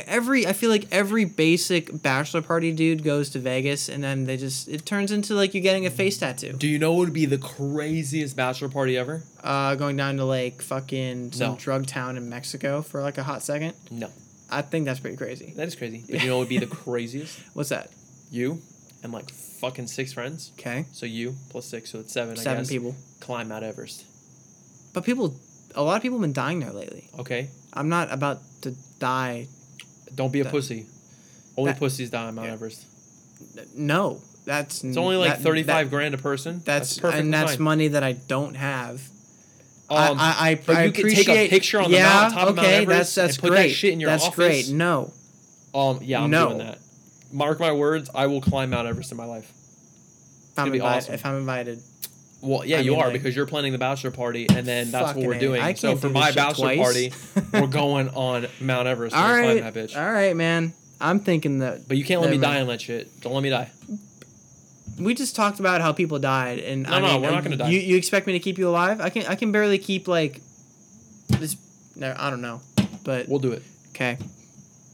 Speaker 3: Every I feel like every basic bachelor party dude goes to Vegas, and then they just it turns into like you getting a face tattoo.
Speaker 1: Do you know what would be the craziest bachelor party ever?
Speaker 3: Uh, going down to like fucking some
Speaker 1: No.
Speaker 3: drug town in Mexico for like a hot second.
Speaker 1: No.
Speaker 3: I think that's pretty crazy.
Speaker 1: That is crazy. But you know what would <laughs> be the craziest?
Speaker 3: What's that?
Speaker 1: You and like fucking six friends.
Speaker 3: Okay,
Speaker 1: So you plus six, so it's seven, I
Speaker 3: seven
Speaker 1: guess.
Speaker 3: people.
Speaker 1: Climb Mount Everest.
Speaker 3: But people, a lot of people have been dying there lately.
Speaker 1: Okay?
Speaker 3: I'm not about to die.
Speaker 1: Don't be a
Speaker 3: That-
Speaker 1: pussy. Only
Speaker 3: that-
Speaker 1: pussies die on Mount
Speaker 3: Yeah.
Speaker 1: Everest.
Speaker 3: N- No, that's
Speaker 1: It's only like
Speaker 3: that-
Speaker 1: thirty-five grand a person.
Speaker 3: that- that's
Speaker 1: perfectly
Speaker 3: and that's
Speaker 1: fine.
Speaker 3: money that I don't have.
Speaker 1: Um,
Speaker 3: I, I, I,
Speaker 1: but
Speaker 3: I
Speaker 1: you can take a
Speaker 3: appreciate-
Speaker 1: picture on the
Speaker 3: yeah,
Speaker 1: mountain top of Mount
Speaker 3: okay,
Speaker 1: Everest
Speaker 3: that's that's
Speaker 1: and put that
Speaker 3: great.
Speaker 1: shit in your
Speaker 3: that's
Speaker 1: office.
Speaker 3: great. No,
Speaker 1: um, yeah, I'm
Speaker 3: no.
Speaker 1: doing that. mark my words, I will climb Mount Everest in my life.
Speaker 3: If I'm,
Speaker 1: gonna be
Speaker 3: invi-
Speaker 1: awesome.
Speaker 3: if I'm invited.
Speaker 1: Well, yeah,
Speaker 3: I
Speaker 1: you
Speaker 3: mean,
Speaker 1: are
Speaker 3: like-
Speaker 1: because you're planning the bachelor party, and then that's what
Speaker 3: Fucking
Speaker 1: we're
Speaker 3: A.
Speaker 1: doing.
Speaker 3: I
Speaker 1: so
Speaker 3: can't
Speaker 1: for
Speaker 3: do
Speaker 1: my
Speaker 3: this shit
Speaker 1: bachelor party,
Speaker 3: <laughs> twice.
Speaker 1: we're going on Mount Everest.
Speaker 3: All
Speaker 1: and we're
Speaker 3: right,
Speaker 1: climbing that bitch.
Speaker 3: all right, man. I'm thinking that
Speaker 1: But you can't let
Speaker 3: Yeah,
Speaker 1: me
Speaker 3: man.
Speaker 1: die on that shit. Don't let me die.
Speaker 3: we just talked about how people died, and
Speaker 1: No,
Speaker 3: I
Speaker 1: no,
Speaker 3: mean,
Speaker 1: we're not
Speaker 3: uh,
Speaker 1: gonna die.
Speaker 3: You, you expect me to keep you alive? I can I can barely keep like this. No, I don't know, but
Speaker 1: We'll do it.
Speaker 3: okay.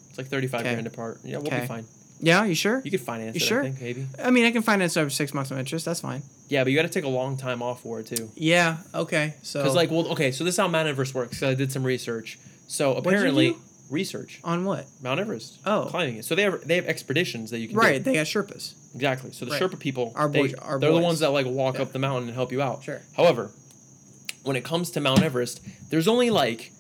Speaker 1: It's like 35
Speaker 3: Okay.
Speaker 1: grand apart. Yeah, we'll
Speaker 3: Okay.
Speaker 1: be fine.
Speaker 3: Yeah, you sure?
Speaker 1: You could finance
Speaker 3: You
Speaker 1: it,
Speaker 3: sure?
Speaker 1: I think, maybe.
Speaker 3: I mean, I can finance over six months of interest. That's fine.
Speaker 1: Yeah, but you got to take a long time off for it too.
Speaker 3: Yeah. Okay. So
Speaker 1: Because like, well, okay, so this is how Mount Everest works. 'cause I did some research. So apparently,
Speaker 3: do?
Speaker 1: research
Speaker 3: on what?
Speaker 1: Mount Everest.
Speaker 3: Oh.
Speaker 1: climbing it. So they have they have expeditions that you can do.
Speaker 3: Right. They got Sherpas.
Speaker 1: Exactly. So the
Speaker 3: Right.
Speaker 1: Sherpa people,
Speaker 3: Our
Speaker 1: they,
Speaker 3: boys- our
Speaker 1: they're
Speaker 3: boys.
Speaker 1: the ones that like walk
Speaker 3: Yeah.
Speaker 1: up the mountain and help you out.
Speaker 3: Sure.
Speaker 1: However, when it comes to Mount Everest, there's only like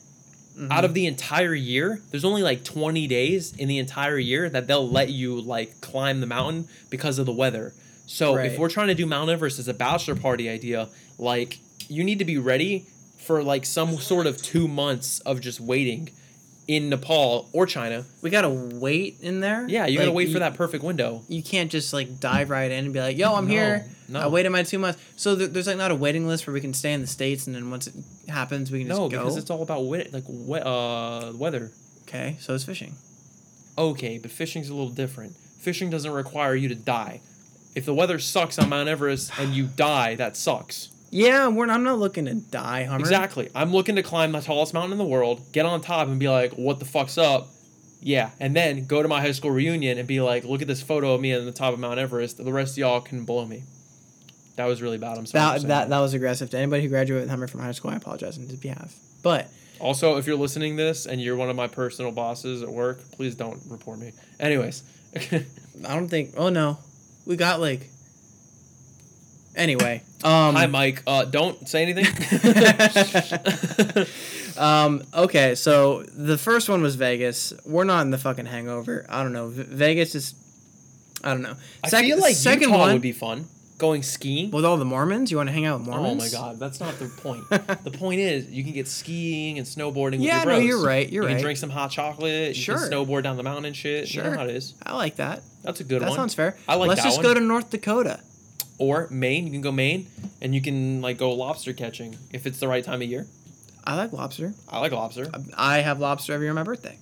Speaker 3: Mm-hmm.
Speaker 1: out of the entire year, there's only like 20 days in the entire year that they'll let you like climb the mountain because of the weather. So
Speaker 3: Right.
Speaker 1: if we're trying to do Mount Everest as a bachelor party idea, like you need to be ready for like some sort of 2 months of just waiting in Nepal or China.
Speaker 3: We gotta wait in there.
Speaker 1: Yeah, you got to
Speaker 3: Like,
Speaker 1: wait
Speaker 3: you-
Speaker 1: for that perfect window.
Speaker 3: You can't just like dive right in and be like, "Yo, I'm
Speaker 1: No,
Speaker 3: here.
Speaker 1: no.
Speaker 3: I waited my two months." So th- there's like not a waiting list where we can stay in the states, and then once it happens, we can just
Speaker 1: No,
Speaker 3: go.
Speaker 1: because it's all about wet, like we- uh, weather.
Speaker 3: okay, so it's fishing.
Speaker 1: Okay, but fishing's a little different. Fishing doesn't require you to die. If the weather sucks on Mount Everest and
Speaker 3: <sighs>
Speaker 1: you die, that sucks.
Speaker 3: Yeah, we're. I'm not looking to die, Hummer.
Speaker 1: Exactly. I'm looking to climb the tallest mountain in the world, get on top and be like, "What the fuck's up?" Yeah, and then go to my high school reunion and be like, "Look at this photo of me on the top of Mount Everest. The rest of y'all can blow me." That was really bad. I'm sorry. for
Speaker 3: That
Speaker 1: saying
Speaker 3: that that was aggressive to anybody who graduated with Hummer from high school. I apologize on his behalf. But
Speaker 1: Also, if you're listening to this and you're one of my personal bosses at work, please don't report me. Anyways, <laughs>
Speaker 3: Um, I don't think. Oh no, we got like. Anyway, um,
Speaker 1: Hi, Mike. Uh, don't say
Speaker 3: <laughs>
Speaker 1: anything. <laughs>
Speaker 3: um, okay, so the first one was Vegas. We're not in the fucking hangover. I don't know. V- Vegas is, I don't know.
Speaker 1: I
Speaker 3: Sec-
Speaker 1: feel like second Utah would be fun. Going skiing.
Speaker 3: with all the Mormons. You want to hang out with
Speaker 1: oh
Speaker 3: Mormons?
Speaker 1: my God, that's not the point.
Speaker 3: <laughs>
Speaker 1: the point is you can get skiing and snowboarding.
Speaker 3: Yeah,
Speaker 1: with your
Speaker 3: no,
Speaker 1: bros.
Speaker 3: you're right, you're
Speaker 1: you
Speaker 3: right.
Speaker 1: Can drink some hot chocolate. You
Speaker 3: Sure.
Speaker 1: can snowboard down the mountain and shit. You
Speaker 3: Sure.
Speaker 1: know how it is.
Speaker 3: I like that.
Speaker 1: That's a good
Speaker 3: That
Speaker 1: one.
Speaker 3: sounds fair.
Speaker 1: I like
Speaker 3: Let's
Speaker 1: that
Speaker 3: just
Speaker 1: one.
Speaker 3: go to North Dakota.
Speaker 1: or Maine. You can go Maine, and you can like go lobster catching if it's the right time of year.
Speaker 3: I like lobster.
Speaker 1: I like lobster.
Speaker 3: I have lobster every year on my birthday.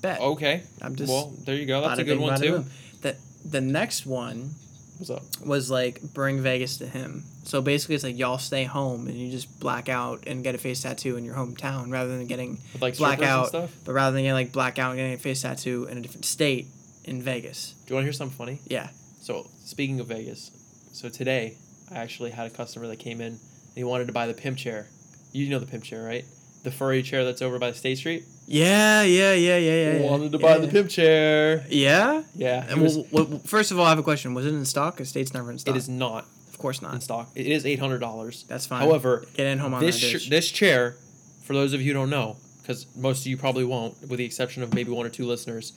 Speaker 3: Bet.
Speaker 1: Okay.
Speaker 3: I'm just-
Speaker 1: well. There you go. That's
Speaker 3: Bada
Speaker 1: a good
Speaker 3: bing,
Speaker 1: one
Speaker 3: bada
Speaker 1: too.
Speaker 3: boom. The the next one
Speaker 1: What's up?
Speaker 3: was like bring Vegas to him. So basically, it's like y'all stay home and you just black out and get a face tattoo in your hometown rather than getting
Speaker 1: With, like,
Speaker 3: black
Speaker 1: strippers and
Speaker 3: out.
Speaker 1: stuff?
Speaker 3: But rather than getting like black out and getting a face tattoo in a different state in Vegas.
Speaker 1: Do you want to hear something funny?
Speaker 3: Yeah.
Speaker 1: So speaking of Vegas, so today I actually had a customer that came in and he wanted to buy the pimp chair. You know the pimp chair, right? The furry chair that's over by State Street.
Speaker 3: Yeah, yeah, yeah, yeah, yeah.
Speaker 1: He
Speaker 3: yeah,
Speaker 1: wanted to
Speaker 3: yeah,
Speaker 1: buy
Speaker 3: yeah.
Speaker 1: the pimp chair.
Speaker 3: Yeah.
Speaker 1: Yeah, it,
Speaker 3: And
Speaker 1: was-
Speaker 3: well, well, first of all, I have a question. Was it in stock? Because state's never in stock.
Speaker 1: it is not
Speaker 3: Of course
Speaker 1: in
Speaker 3: not.
Speaker 1: stock. It is eight hundred dollars.
Speaker 3: That's fine.
Speaker 1: However,
Speaker 3: Get in home on
Speaker 1: this
Speaker 3: that
Speaker 1: sh-
Speaker 3: bitch.
Speaker 1: this chair, for those of you who don't know, because most of you probably won't, with the exception of maybe one or two listeners,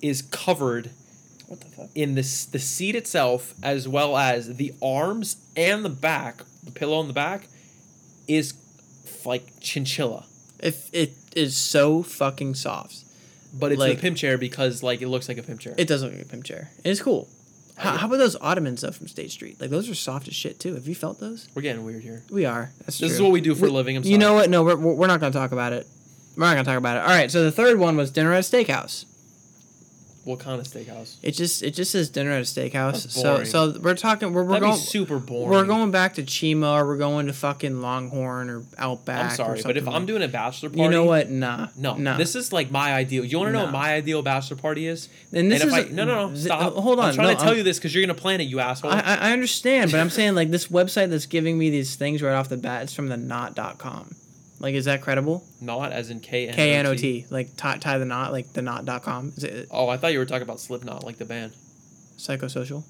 Speaker 1: is covered
Speaker 3: What the fuck?
Speaker 1: in this the seat itself as well as the arms and the back the pillow on the back is f- like chinchilla
Speaker 3: If it is so fucking soft.
Speaker 1: but it's
Speaker 3: Like-
Speaker 1: a pimp chair because like it looks like a pimp chair
Speaker 3: It does look like a pimp chair. It is cool. How, how about those ottomans though from State Street? Like those are soft as shit too. Have you felt those?
Speaker 1: we're getting weird here
Speaker 3: We are. That's
Speaker 1: This is
Speaker 3: true.
Speaker 1: what we do for a living, I'm
Speaker 3: You know
Speaker 1: sorry.
Speaker 3: what? No, we're, we're we're not gonna talk about it. We're not gonna talk about it. All right. So the third one was dinner at a steakhouse.
Speaker 1: what kind of steakhouse
Speaker 3: It just it just says dinner at a steakhouse.
Speaker 1: That's
Speaker 3: So
Speaker 1: boring.
Speaker 3: so we're talking we're, we're
Speaker 1: that'd
Speaker 3: going
Speaker 1: be super boring
Speaker 3: we're going back to Chima or we're going to fucking Longhorn or Outback.
Speaker 1: i'm
Speaker 3: or
Speaker 1: sorry but if
Speaker 3: something
Speaker 1: i'm
Speaker 3: like-
Speaker 1: doing a bachelor party
Speaker 3: you know what? Nah.
Speaker 1: no,
Speaker 3: Nah.
Speaker 1: this is like my ideal. You want to know
Speaker 3: No.
Speaker 1: what my ideal bachelor party is?
Speaker 3: And this
Speaker 1: if
Speaker 3: is-
Speaker 1: I, no, no, no.
Speaker 3: th-
Speaker 1: Stop.
Speaker 3: uh, hold on,
Speaker 1: I'm trying
Speaker 3: no,
Speaker 1: to tell
Speaker 3: I'm-
Speaker 1: you this because you're gonna plan it, you asshole.
Speaker 3: I, I- I understand, but I'm saying
Speaker 1: <laughs>
Speaker 3: like this website that's giving me these things right off the bat is from the knot.com. Like, is that credible?
Speaker 1: Not as in K N
Speaker 3: K N O T. Like tie, tie the knot, like the knot.com. Is it
Speaker 1: Oh, I thought you were talking about Slipknot, like the band.
Speaker 3: psychosocial?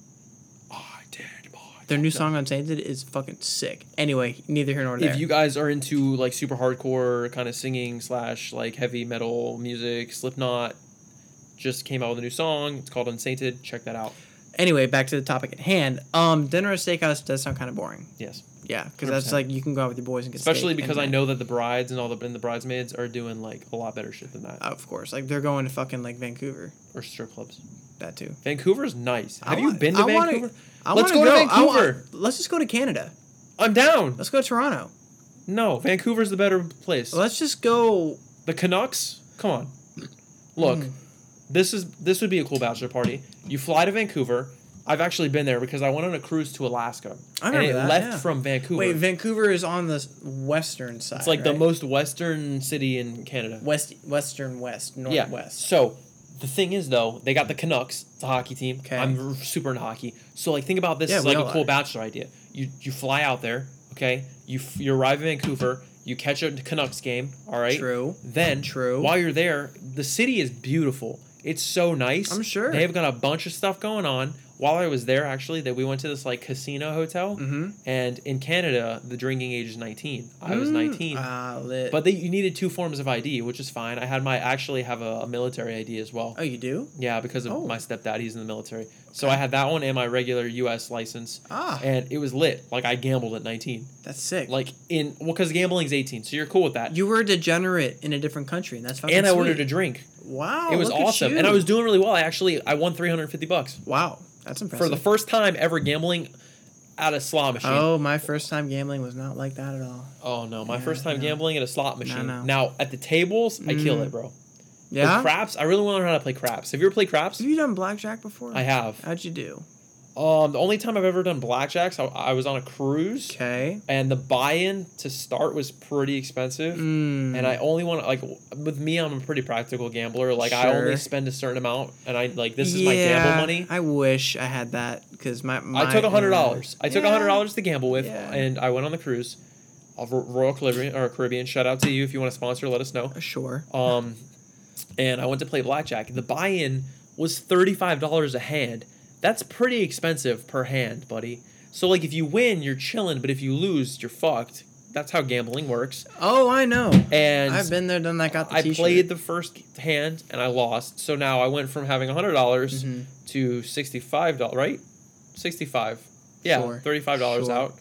Speaker 1: I did my
Speaker 3: Their new song on Sainted is fucking sick. Anyway, neither here nor there.
Speaker 1: if you guys are into like super hardcore kind of singing slash like heavy metal music, Slipknot just came out with a new song. It's called Unsainted. Check that out.
Speaker 3: anyway, back to the topic at hand. Um, dinner at steakhouse does sound kind of boring.
Speaker 1: Yes,
Speaker 3: Yeah, because that's
Speaker 1: 100%.
Speaker 3: like you can go out with your boys and get
Speaker 1: especially
Speaker 3: steak
Speaker 1: because
Speaker 3: and
Speaker 1: I
Speaker 3: then-
Speaker 1: know that the brides and all the and the
Speaker 3: Oh,
Speaker 1: bridesmaids are doing like a lot better shit than that
Speaker 3: Of course, like they're going to fucking like Vancouver.
Speaker 1: or strip clubs.
Speaker 3: that too.
Speaker 1: Vancouver's nice. Have
Speaker 3: I
Speaker 1: you
Speaker 3: want-
Speaker 1: been to
Speaker 3: I wanna-
Speaker 1: Vancouver?
Speaker 3: I
Speaker 1: Let's go,
Speaker 3: wanna
Speaker 1: to
Speaker 3: I wa-
Speaker 1: Vancouver.
Speaker 3: let's just go to Canada.
Speaker 1: I'm down.
Speaker 3: Let's go to Toronto.
Speaker 1: No, Vancouver's the better place.
Speaker 3: Let's just go.
Speaker 1: The Canucks? Come on. Look,
Speaker 3: Mm.
Speaker 1: this is this would be a cool bachelor party. You fly to Vancouver. I've actually been there because I went on a cruise to Alaska.
Speaker 3: I remember
Speaker 1: and it
Speaker 3: that,
Speaker 1: left
Speaker 3: yeah.
Speaker 1: from Vancouver.
Speaker 3: Wait, Vancouver is on the s- western side.
Speaker 1: it's like the
Speaker 3: right?
Speaker 1: most western city in Canada.
Speaker 3: west, western west,
Speaker 1: yeah.
Speaker 3: northwest.
Speaker 1: So the thing is though, they got the Canucks, it's a hockey team.
Speaker 3: Okay.
Speaker 1: I'm r- super into hockey. So like think about this
Speaker 3: Yeah,
Speaker 1: as
Speaker 3: we
Speaker 1: like a
Speaker 3: all
Speaker 1: cool
Speaker 3: are.
Speaker 1: bachelor idea. You you fly out there, okay? You f- you arrive in Vancouver, you catch a Canucks game, all right?
Speaker 3: True.
Speaker 1: Then
Speaker 3: True.
Speaker 1: While you're there, the city is beautiful. It's so nice.
Speaker 3: I'm sure.
Speaker 1: they've got a bunch of stuff going on. While I was there, actually, that we went to this like casino hotel,
Speaker 3: Mhm.
Speaker 1: and in Canada, the drinking age is 19. I was 19,
Speaker 3: Ah, lit.
Speaker 1: but they, you needed two forms of ID, which is fine. I had my I actually have a, a military ID as well.
Speaker 3: oh, you do?
Speaker 1: Yeah, because of
Speaker 3: Oh.
Speaker 1: my stepdad, he's in the military, so I had that one and my regular U.S. license,
Speaker 3: Ah,
Speaker 1: and it was lit. Like I gambled at 19,
Speaker 3: that's sick.
Speaker 1: like in well, because gambling's 18, so you're cool with that.
Speaker 3: you were a degenerate in a different country, and that's fucking
Speaker 1: and I
Speaker 3: sweet.
Speaker 1: ordered a drink
Speaker 3: Wow,
Speaker 1: it was
Speaker 3: look at
Speaker 1: awesome,
Speaker 3: you.
Speaker 1: and I was doing really well. I actually I won three hundred fifty bucks
Speaker 3: wow, that's
Speaker 1: for
Speaker 3: impressive.
Speaker 1: the first time ever gambling at a slot machine. Oh,
Speaker 3: oh, my first time gambling was not like that at all.
Speaker 1: no, my
Speaker 3: Yeah,
Speaker 1: first time
Speaker 3: no.
Speaker 1: gambling at a slot machine.
Speaker 3: no.
Speaker 1: Now at the tables, I kill
Speaker 3: Mm.
Speaker 1: it, bro.
Speaker 3: Yeah,
Speaker 1: The craps, I really want to learn how to play craps. Have you ever played craps?
Speaker 3: have you done blackjack before?
Speaker 1: I have.
Speaker 3: How'd you do?
Speaker 1: Um, the only time I've ever done blackjacks, I, I was on a cruise,
Speaker 3: Okay.
Speaker 1: and the buy-in to start was pretty expensive.
Speaker 3: Mm.
Speaker 1: And I only want to like w- with me, I'm a pretty practical gambler. Like I
Speaker 3: Sure.
Speaker 1: only spend a certain amount, and I like this is my gamble
Speaker 3: Yeah,
Speaker 1: money.
Speaker 3: I wish I had that because my, my
Speaker 1: I took hundred dollars. I took
Speaker 3: Yeah.
Speaker 1: hundred dollars to gamble with,
Speaker 3: Yeah.
Speaker 1: and I went on the cruise. Of Ro- Royal Caribbean or Caribbean, shout out to you if you want to sponsor. Let us know.
Speaker 3: Uh, Sure.
Speaker 1: Um, and I went to play blackjack. The buy-in was thirty-five dollars a hand. That's pretty expensive per hand, buddy. So like, if you win, you're chilling, but if you lose, you're fucked. That's how gambling works.
Speaker 3: Oh, I know.
Speaker 1: And
Speaker 3: I've been there, done that. Got the
Speaker 1: I
Speaker 3: t-shirt.
Speaker 1: played the first hand and I lost. So now I went from having hundred dollars
Speaker 3: Mhm.
Speaker 1: to sixty-five dollars, right? Sixty-five. Yeah,
Speaker 3: Sure.
Speaker 1: thirty-five dollars
Speaker 3: Sure.
Speaker 1: out.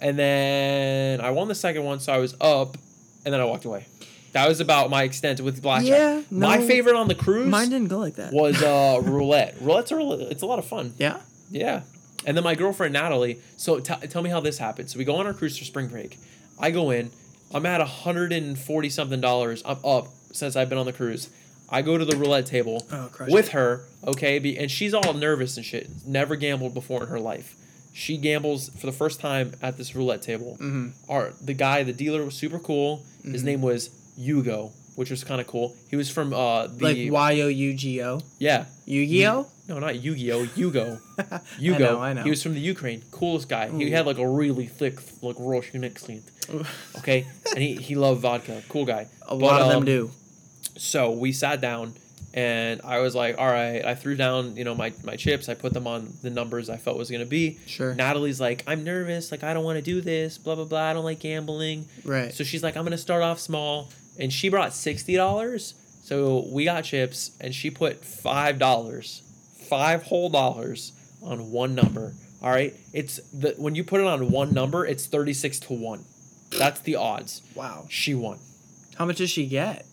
Speaker 1: And then I won the second one, so I was up, and then I walked away. That was about my extent with blackjack.
Speaker 3: Yeah,
Speaker 1: my
Speaker 3: no.
Speaker 1: favorite on the cruise
Speaker 3: Mine didn't go like that.
Speaker 1: was uh, roulette. Roulette's a, real- it's a lot of fun.
Speaker 3: <laughs> Yeah.
Speaker 1: Yeah. And then my girlfriend Natalie. So t- tell me how this happened. So we go on our cruise for spring break. I go in. I'm at 140 something dollars. I'm up since I've been on the cruise. I go to the roulette table
Speaker 3: Oh, crush
Speaker 1: with her. Okay, be, and she's all nervous and shit. Never gambled before in her life. She gambles for the first time at this roulette table.
Speaker 3: Mm-hmm.
Speaker 1: Our the guy, the dealer was super cool. His name was Yugo, which was kind of cool. He was from uh the
Speaker 3: Like Y O U G O.
Speaker 1: yeah
Speaker 3: Yu Gi Oh.
Speaker 1: no, not Yu Gi Oh, Yugo.
Speaker 3: I
Speaker 1: Yugo.
Speaker 3: know, <laughs> I know.
Speaker 1: He was from the Ukraine. Coolest guy. He
Speaker 3: Ooh.
Speaker 1: had like a really thick, like Russian accent.
Speaker 3: <laughs>
Speaker 1: Okay, and he, he loved vodka. Cool guy.
Speaker 3: A lot of them
Speaker 1: um,
Speaker 3: do.
Speaker 1: So we sat down, and I was like, all right. I threw down, you know, my my chips. I put them on the numbers I felt was gonna be.
Speaker 3: Sure.
Speaker 1: Natalie's like, I'm nervous. Like I don't want to do this. Blah blah blah. I don't like gambling.
Speaker 3: Right.
Speaker 1: So she's like, I'm gonna start off small, and she brought sixty dollars. So we got chips, and she put five dollars, five whole dollars on one number. All right, it's the when you put it on one number, it's thirty six to one. That's the odds.
Speaker 3: wow.
Speaker 1: She won.
Speaker 3: How much does she get?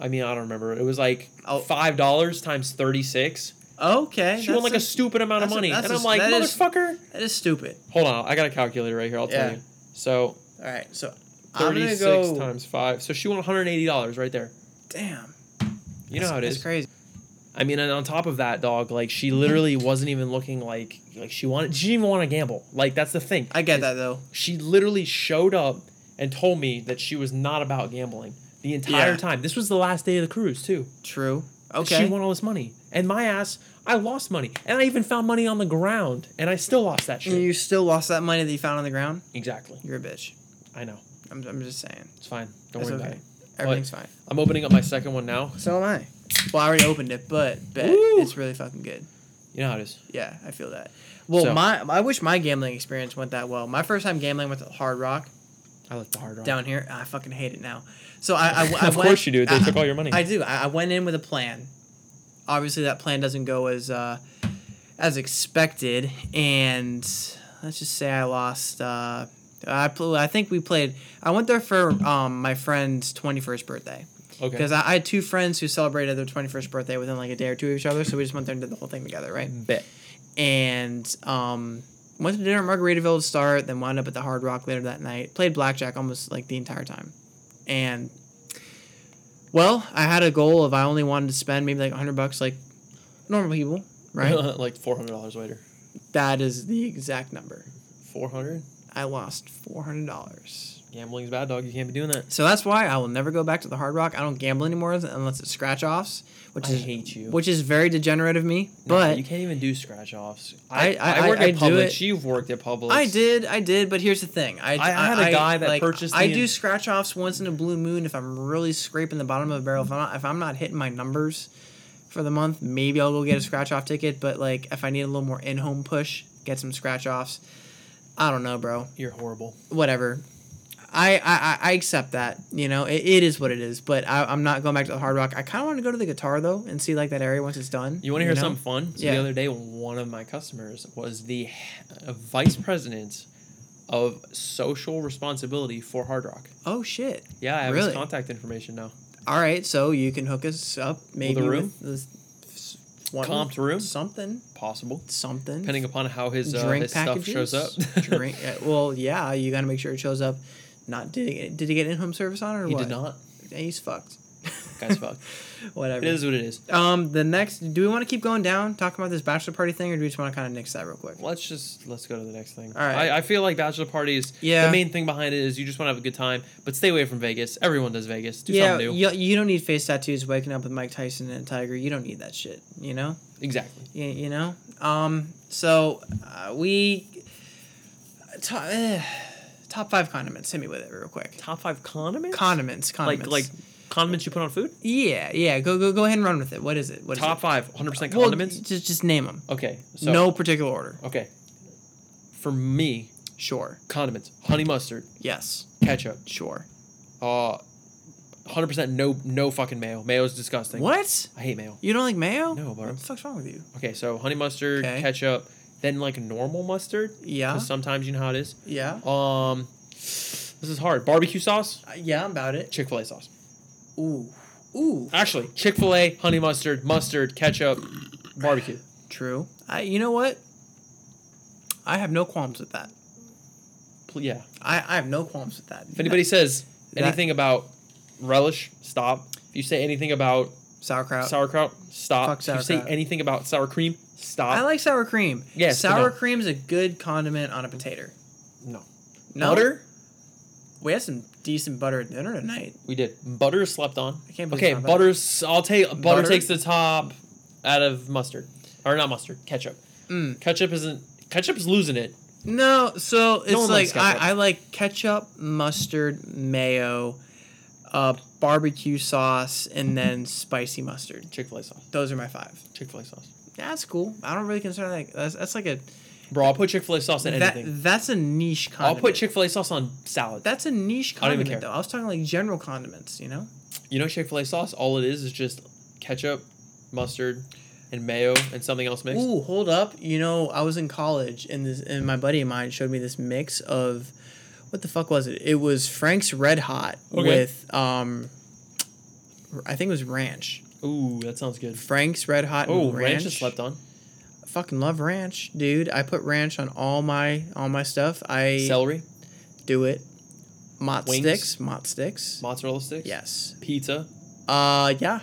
Speaker 1: I mean, I don't remember. It was like
Speaker 3: Oh.
Speaker 1: five dollars times thirty six.
Speaker 3: Okay.
Speaker 1: She won
Speaker 3: that's
Speaker 1: like a, stupid amount of
Speaker 3: that's a-
Speaker 1: money,
Speaker 3: that's
Speaker 1: and
Speaker 3: a-
Speaker 1: I'm like,
Speaker 3: that is-
Speaker 1: motherfucker.
Speaker 3: that is stupid.
Speaker 1: Hold on, I got a calculator right here. I'll tell
Speaker 3: Yeah.
Speaker 1: you. So
Speaker 3: All right. So I'm
Speaker 1: thirty
Speaker 3: gonna
Speaker 1: six
Speaker 3: go.
Speaker 1: times five. So she won one hundred eighty dollars right there.
Speaker 3: Damn.
Speaker 1: You know how it is.
Speaker 3: That's crazy.
Speaker 1: I mean, and on top of that, dog, like she literally wasn't even looking like like she wanted. She didn't even want to gamble. Like that's the thing.
Speaker 3: I get that though.
Speaker 1: She literally showed up and told me that she was not about gambling the entire
Speaker 3: Yeah.
Speaker 1: time. This was the last day of the cruise too.
Speaker 3: True.
Speaker 1: She
Speaker 3: Okay.
Speaker 1: won all this money, and my ass, I lost money, and I even found money on the ground, and I still lost that
Speaker 3: and
Speaker 1: shit.
Speaker 3: you still lost that money that you found on the ground.
Speaker 1: Exactly.
Speaker 3: You're a bitch.
Speaker 1: I know.
Speaker 3: I'm, I'm just saying.
Speaker 1: It's fine. Don't
Speaker 3: It's
Speaker 1: worry
Speaker 3: okay.
Speaker 1: about it.
Speaker 3: Everything's fine.
Speaker 1: I'm opening up my second one now.
Speaker 3: So am I. Well, I already opened it, but bet
Speaker 1: Woo!
Speaker 3: it's really fucking good.
Speaker 1: You know how it is.
Speaker 3: Yeah, I feel that. Well,
Speaker 1: So-
Speaker 3: my I wish my gambling experience went that well. My first time gambling went to Hard Rock
Speaker 1: I like the hard rock.
Speaker 3: down here. Ah, I fucking hate it now. So I, I, I
Speaker 1: Uh-huh. <laughs> Of
Speaker 3: went-
Speaker 1: course you do. They
Speaker 3: I-
Speaker 1: took all your money.
Speaker 3: <laughs> I do. I, I went in with a plan. Obviously, that plan doesn't go as uh, as expected, and let's just say I lost. Uh, I pl- I think we played. I went there for um, my friend's twenty first birthday.
Speaker 1: Okay.
Speaker 3: Because I, I had two friends who celebrated their 21st birthday within like a day or two of each other, so we just went there and did the whole thing together, right?
Speaker 1: Bet.
Speaker 3: And um, went to dinner at Margaritaville to start, then wound up at the Hard Rock later that night. Played blackjack almost like the entire time, and well, I had a goal of I only wanted to spend maybe like 100 bucks like normal people, right?
Speaker 1: <laughs> like four hundred dollars later.
Speaker 3: that is the exact number.
Speaker 1: Four hundred.
Speaker 3: I lost four hundred dollars.
Speaker 1: Gambling's bad, dog. You can't be doing that.
Speaker 3: So that's why I will never go back to the Hard Rock. I don't gamble anymore unless it's scratch offs,
Speaker 1: I
Speaker 3: which is
Speaker 1: hate you.
Speaker 3: which is very degenerate of me.
Speaker 1: No,
Speaker 3: But
Speaker 1: you can't even do scratch offs.
Speaker 3: I- I- I-
Speaker 1: work
Speaker 3: I
Speaker 1: at
Speaker 3: do
Speaker 1: Publix.
Speaker 3: it.
Speaker 1: You've worked at Publix.
Speaker 3: I did, I did. But here's the thing: I,
Speaker 1: I- I had a guy that purchased
Speaker 3: I
Speaker 1: the-
Speaker 3: do scratch offs once in a blue moon if I'm really scraping the bottom of the barrel. If I'm not, if I'm not hitting my numbers for the month, maybe I'll go get a scratch off ticket. But like, if I need a little more in home push, get some scratch offs. I don't know, bro.
Speaker 1: You're horrible.
Speaker 3: whatever. I, I, I- I accept that. You know, it, it is what it is. But I, I'm not going back to the hard rock. I kind of want to go to the guitar though and see like that area once it's done.
Speaker 1: You want to hear
Speaker 3: know?
Speaker 1: something fun? So
Speaker 3: Yeah.
Speaker 1: the other day, one of my customers was the h- uh, vice president of social responsibility for Hard Rock.
Speaker 3: Oh shit!
Speaker 1: Yeah, I have
Speaker 3: Really?
Speaker 1: his contact information now.
Speaker 3: All right, so you can hook us up maybe with,
Speaker 1: room?
Speaker 3: this s- one-
Speaker 1: Comped room?
Speaker 3: something,
Speaker 1: Possible,
Speaker 3: something.
Speaker 1: depending upon how his uh,
Speaker 3: drink
Speaker 1: his stuff shows up. <laughs>
Speaker 3: <laughs> drink. uh, Well, yeah, you got to make sure it shows up. Not did he, did he get in home service on it or
Speaker 1: he
Speaker 3: what?
Speaker 1: did <laughs> not.
Speaker 3: Yeah, He's fucked.
Speaker 1: Guys, fuck.
Speaker 3: <laughs> Whatever.
Speaker 1: It is what it is.
Speaker 3: Um, the next, do we want to keep going down talking about this bachelor party thing, or do we just want to kind of nix that real quick?
Speaker 1: Let's just let's go to the next thing.
Speaker 3: All right.
Speaker 1: I, I feel like bachelor parties.
Speaker 3: Yeah.
Speaker 1: The main thing behind it is you just want to have a good time, but stay away from Vegas. Everyone does Vegas. Do
Speaker 3: yeah,
Speaker 1: something new.
Speaker 3: you, you don't need face tattoos waking up with Mike Tyson and a tiger. You don't need that shit, you know?
Speaker 1: Exactly.
Speaker 3: You, you know? Um, so, uh, we. Top, eh, top five condiments. Hit me with it real quick.
Speaker 1: Top five condiments.
Speaker 3: Condiments, condiments.
Speaker 1: Like like condiments you put on food.
Speaker 3: Yeah, yeah. Go go go ahead and run with it. What is it? What is
Speaker 1: Top
Speaker 3: it?
Speaker 1: five, 100 percent
Speaker 3: Well,
Speaker 1: condiments.
Speaker 3: just just name them.
Speaker 1: okay. So
Speaker 3: no particular order.
Speaker 1: Okay. For me,
Speaker 3: Sure.
Speaker 1: condiments, honey mustard,
Speaker 3: Yes.
Speaker 1: ketchup.
Speaker 3: Sure.
Speaker 1: Uh, hundred percent no no fucking mayo. Mayo's disgusting.
Speaker 3: What?
Speaker 1: I hate mayo.
Speaker 3: You don't like mayo?
Speaker 1: No, bro.
Speaker 3: What the fuck's wrong with you?
Speaker 1: Okay, so honey mustard,
Speaker 3: Okay.
Speaker 1: ketchup, then like normal mustard.
Speaker 3: Yeah.
Speaker 1: 'cause sometimes you know how it is.
Speaker 3: Yeah.
Speaker 1: Um, this is hard. Barbecue sauce,
Speaker 3: Uh, Yeah, I'm about it.
Speaker 1: Chick Fil A sauce.
Speaker 3: Ooh. Ooh.
Speaker 1: Actually, Chick Fil A, honey mustard, mustard, ketchup, barbecue.
Speaker 3: True. I, you know what? I have no qualms with that.
Speaker 1: Pl- Yeah.
Speaker 3: I, I have no qualms with that.
Speaker 1: If anybody says
Speaker 3: That-
Speaker 1: anything about relish, stop. If you say anything about
Speaker 3: sauerkraut.
Speaker 1: sauerkraut, stop.
Speaker 3: Uh, Fuck
Speaker 1: If you say
Speaker 3: sauerkraut.
Speaker 1: anything about sour cream, stop.
Speaker 3: I like sour cream.
Speaker 1: Yes, but
Speaker 3: Sour
Speaker 1: no.
Speaker 3: cream's a good condiment on a potato.
Speaker 1: no.
Speaker 3: No?
Speaker 1: Butter?
Speaker 3: We had some decent butter at dinner tonight.
Speaker 1: We did. Butter is slept on.
Speaker 3: I can't believe
Speaker 1: okay,
Speaker 3: it's not butter.
Speaker 1: butter's. I'll take butter,
Speaker 3: Butter?
Speaker 1: takes the top out of mustard, or not mustard, ketchup.
Speaker 3: Mm.
Speaker 1: Ketchup isn't. Ketchup's losing it.
Speaker 3: No, so it's
Speaker 1: one likes
Speaker 3: like I,
Speaker 1: ketchup.
Speaker 3: I like ketchup, mustard, mayo, uh, barbecue sauce, and then spicy mustard.
Speaker 1: Chick Fil A sauce.
Speaker 3: Those are my five.
Speaker 1: Chick Fil A sauce.
Speaker 3: Yeah, that's cool. I don't really consider that. That's, that's like a
Speaker 1: Bro, I'll put Chick Fil A sauce in
Speaker 3: that,
Speaker 1: anything.
Speaker 3: that's a niche
Speaker 1: I'll
Speaker 3: condiment.
Speaker 1: put Chick Fil A sauce on salad.
Speaker 3: That's a niche
Speaker 1: I don't even
Speaker 3: condiment,
Speaker 1: care.
Speaker 3: though. I was talking like general condiments, you know?
Speaker 1: you know Chick Fil A sauce. All it is is just ketchup, mustard, and mayo, and something else mixed.
Speaker 3: Ooh, hold up. You know, I was in college, and this and my buddy of mine showed me this mix of what the fuck was it? It was Frank's Red Hot
Speaker 1: Okay.
Speaker 3: with um, I think it was ranch.
Speaker 1: Ooh, that sounds good.
Speaker 3: Frank's Red Hot.
Speaker 1: Oh,
Speaker 3: and
Speaker 1: ranch.
Speaker 3: ranch.
Speaker 1: is slept on.
Speaker 3: Fucking love ranch, dude. I put ranch on all my all my stuff. I
Speaker 1: Celery,
Speaker 3: do it. Mott
Speaker 1: Wings?
Speaker 3: sticks, Mott sticks.
Speaker 1: mozzarella sticks.
Speaker 3: Yes.
Speaker 1: Pizza.
Speaker 3: Uh, yeah,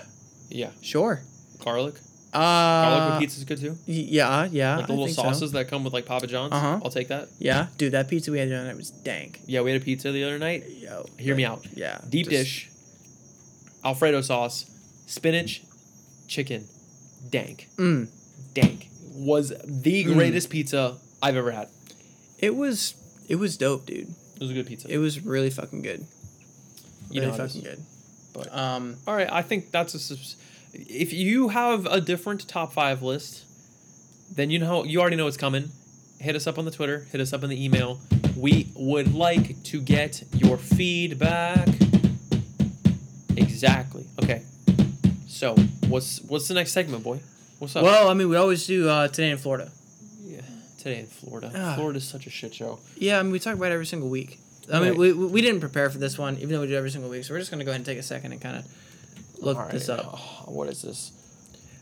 Speaker 1: Yeah.
Speaker 3: sure.
Speaker 1: Garlic.
Speaker 3: Uh,
Speaker 1: Garlic with pizza is good too.
Speaker 3: y- yeah, yeah.
Speaker 1: Like the
Speaker 3: I
Speaker 1: little
Speaker 3: think so.
Speaker 1: sauces that come with like Papa John's.
Speaker 3: Uh-huh.
Speaker 1: I'll take that.
Speaker 3: Yeah, dude, that pizza we had the other night was dank.
Speaker 1: Yeah, we had a pizza the other night.
Speaker 3: Yo,
Speaker 1: Hear me out.
Speaker 3: Yeah,
Speaker 1: Deep
Speaker 3: just-
Speaker 1: dish, Alfredo sauce, spinach, chicken, dank.
Speaker 3: Mm.
Speaker 1: Dank was the greatest pizza I've ever had.
Speaker 3: It was it was dope, dude.
Speaker 1: It was a good pizza.
Speaker 3: It was really fucking good.
Speaker 1: You
Speaker 3: really
Speaker 1: know how it
Speaker 3: fucking
Speaker 1: is.
Speaker 3: good.
Speaker 1: But-
Speaker 3: um,
Speaker 1: All right, I think that's a. subs- If you have a different top five list, then you know you already know what's coming. Hit us up on the Twitter. Hit us up in the email. We would like to get your feedback. Exactly. Okay. So what's what's the next segment, boy? What's up?
Speaker 3: well, I mean, we always do uh, today in Florida.
Speaker 1: yeah, today in Florida.
Speaker 3: Ah.
Speaker 1: Florida's such a shit show.
Speaker 3: Yeah, I mean, we talk about it every single week. I
Speaker 1: Right.
Speaker 3: mean, we, we we didn't prepare for this one, even though we do every single week. So we're just gonna go ahead and take a second and kind of look
Speaker 1: All right.
Speaker 3: this up.
Speaker 1: Oh, what is this?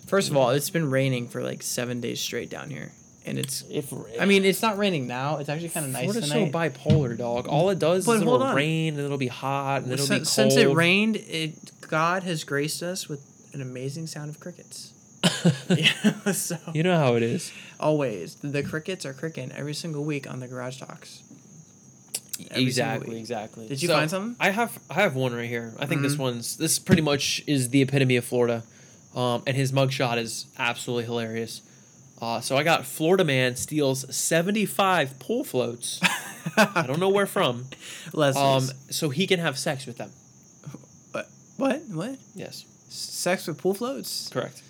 Speaker 3: First of all, it's been raining for like seven days straight down here, and it's.
Speaker 1: If
Speaker 3: I mean, it's not raining now. It's actually kind of nice
Speaker 1: Florida's so
Speaker 3: tonight.
Speaker 1: bipolar, dog. All it does
Speaker 3: But
Speaker 1: is it'll
Speaker 3: hold on.
Speaker 1: rain and it'll be hot and it'll be cold.
Speaker 3: since, since it rained, it God has graced us with an amazing sound
Speaker 1: <laughs>
Speaker 3: of crickets. <laughs> yeah, so
Speaker 1: You know how it is.
Speaker 3: always the crickets are cricking every single week on the garage talks. Every single
Speaker 1: exactly,
Speaker 3: week.
Speaker 1: exactly.
Speaker 3: Did you find something? Mm-hmm.
Speaker 1: I have I have one right here. I think this one's this pretty much is the epitome of Florida. Um, and his mugshot is absolutely hilarious. Uh, so I got Florida man steals 75 pool floats. I
Speaker 3: <laughs>
Speaker 1: don't know where from. Um,
Speaker 3: Leslie's.
Speaker 1: so he can have sex with them.
Speaker 3: what? What? What?
Speaker 1: Yes,
Speaker 3: Sex with pool floats?
Speaker 1: correct.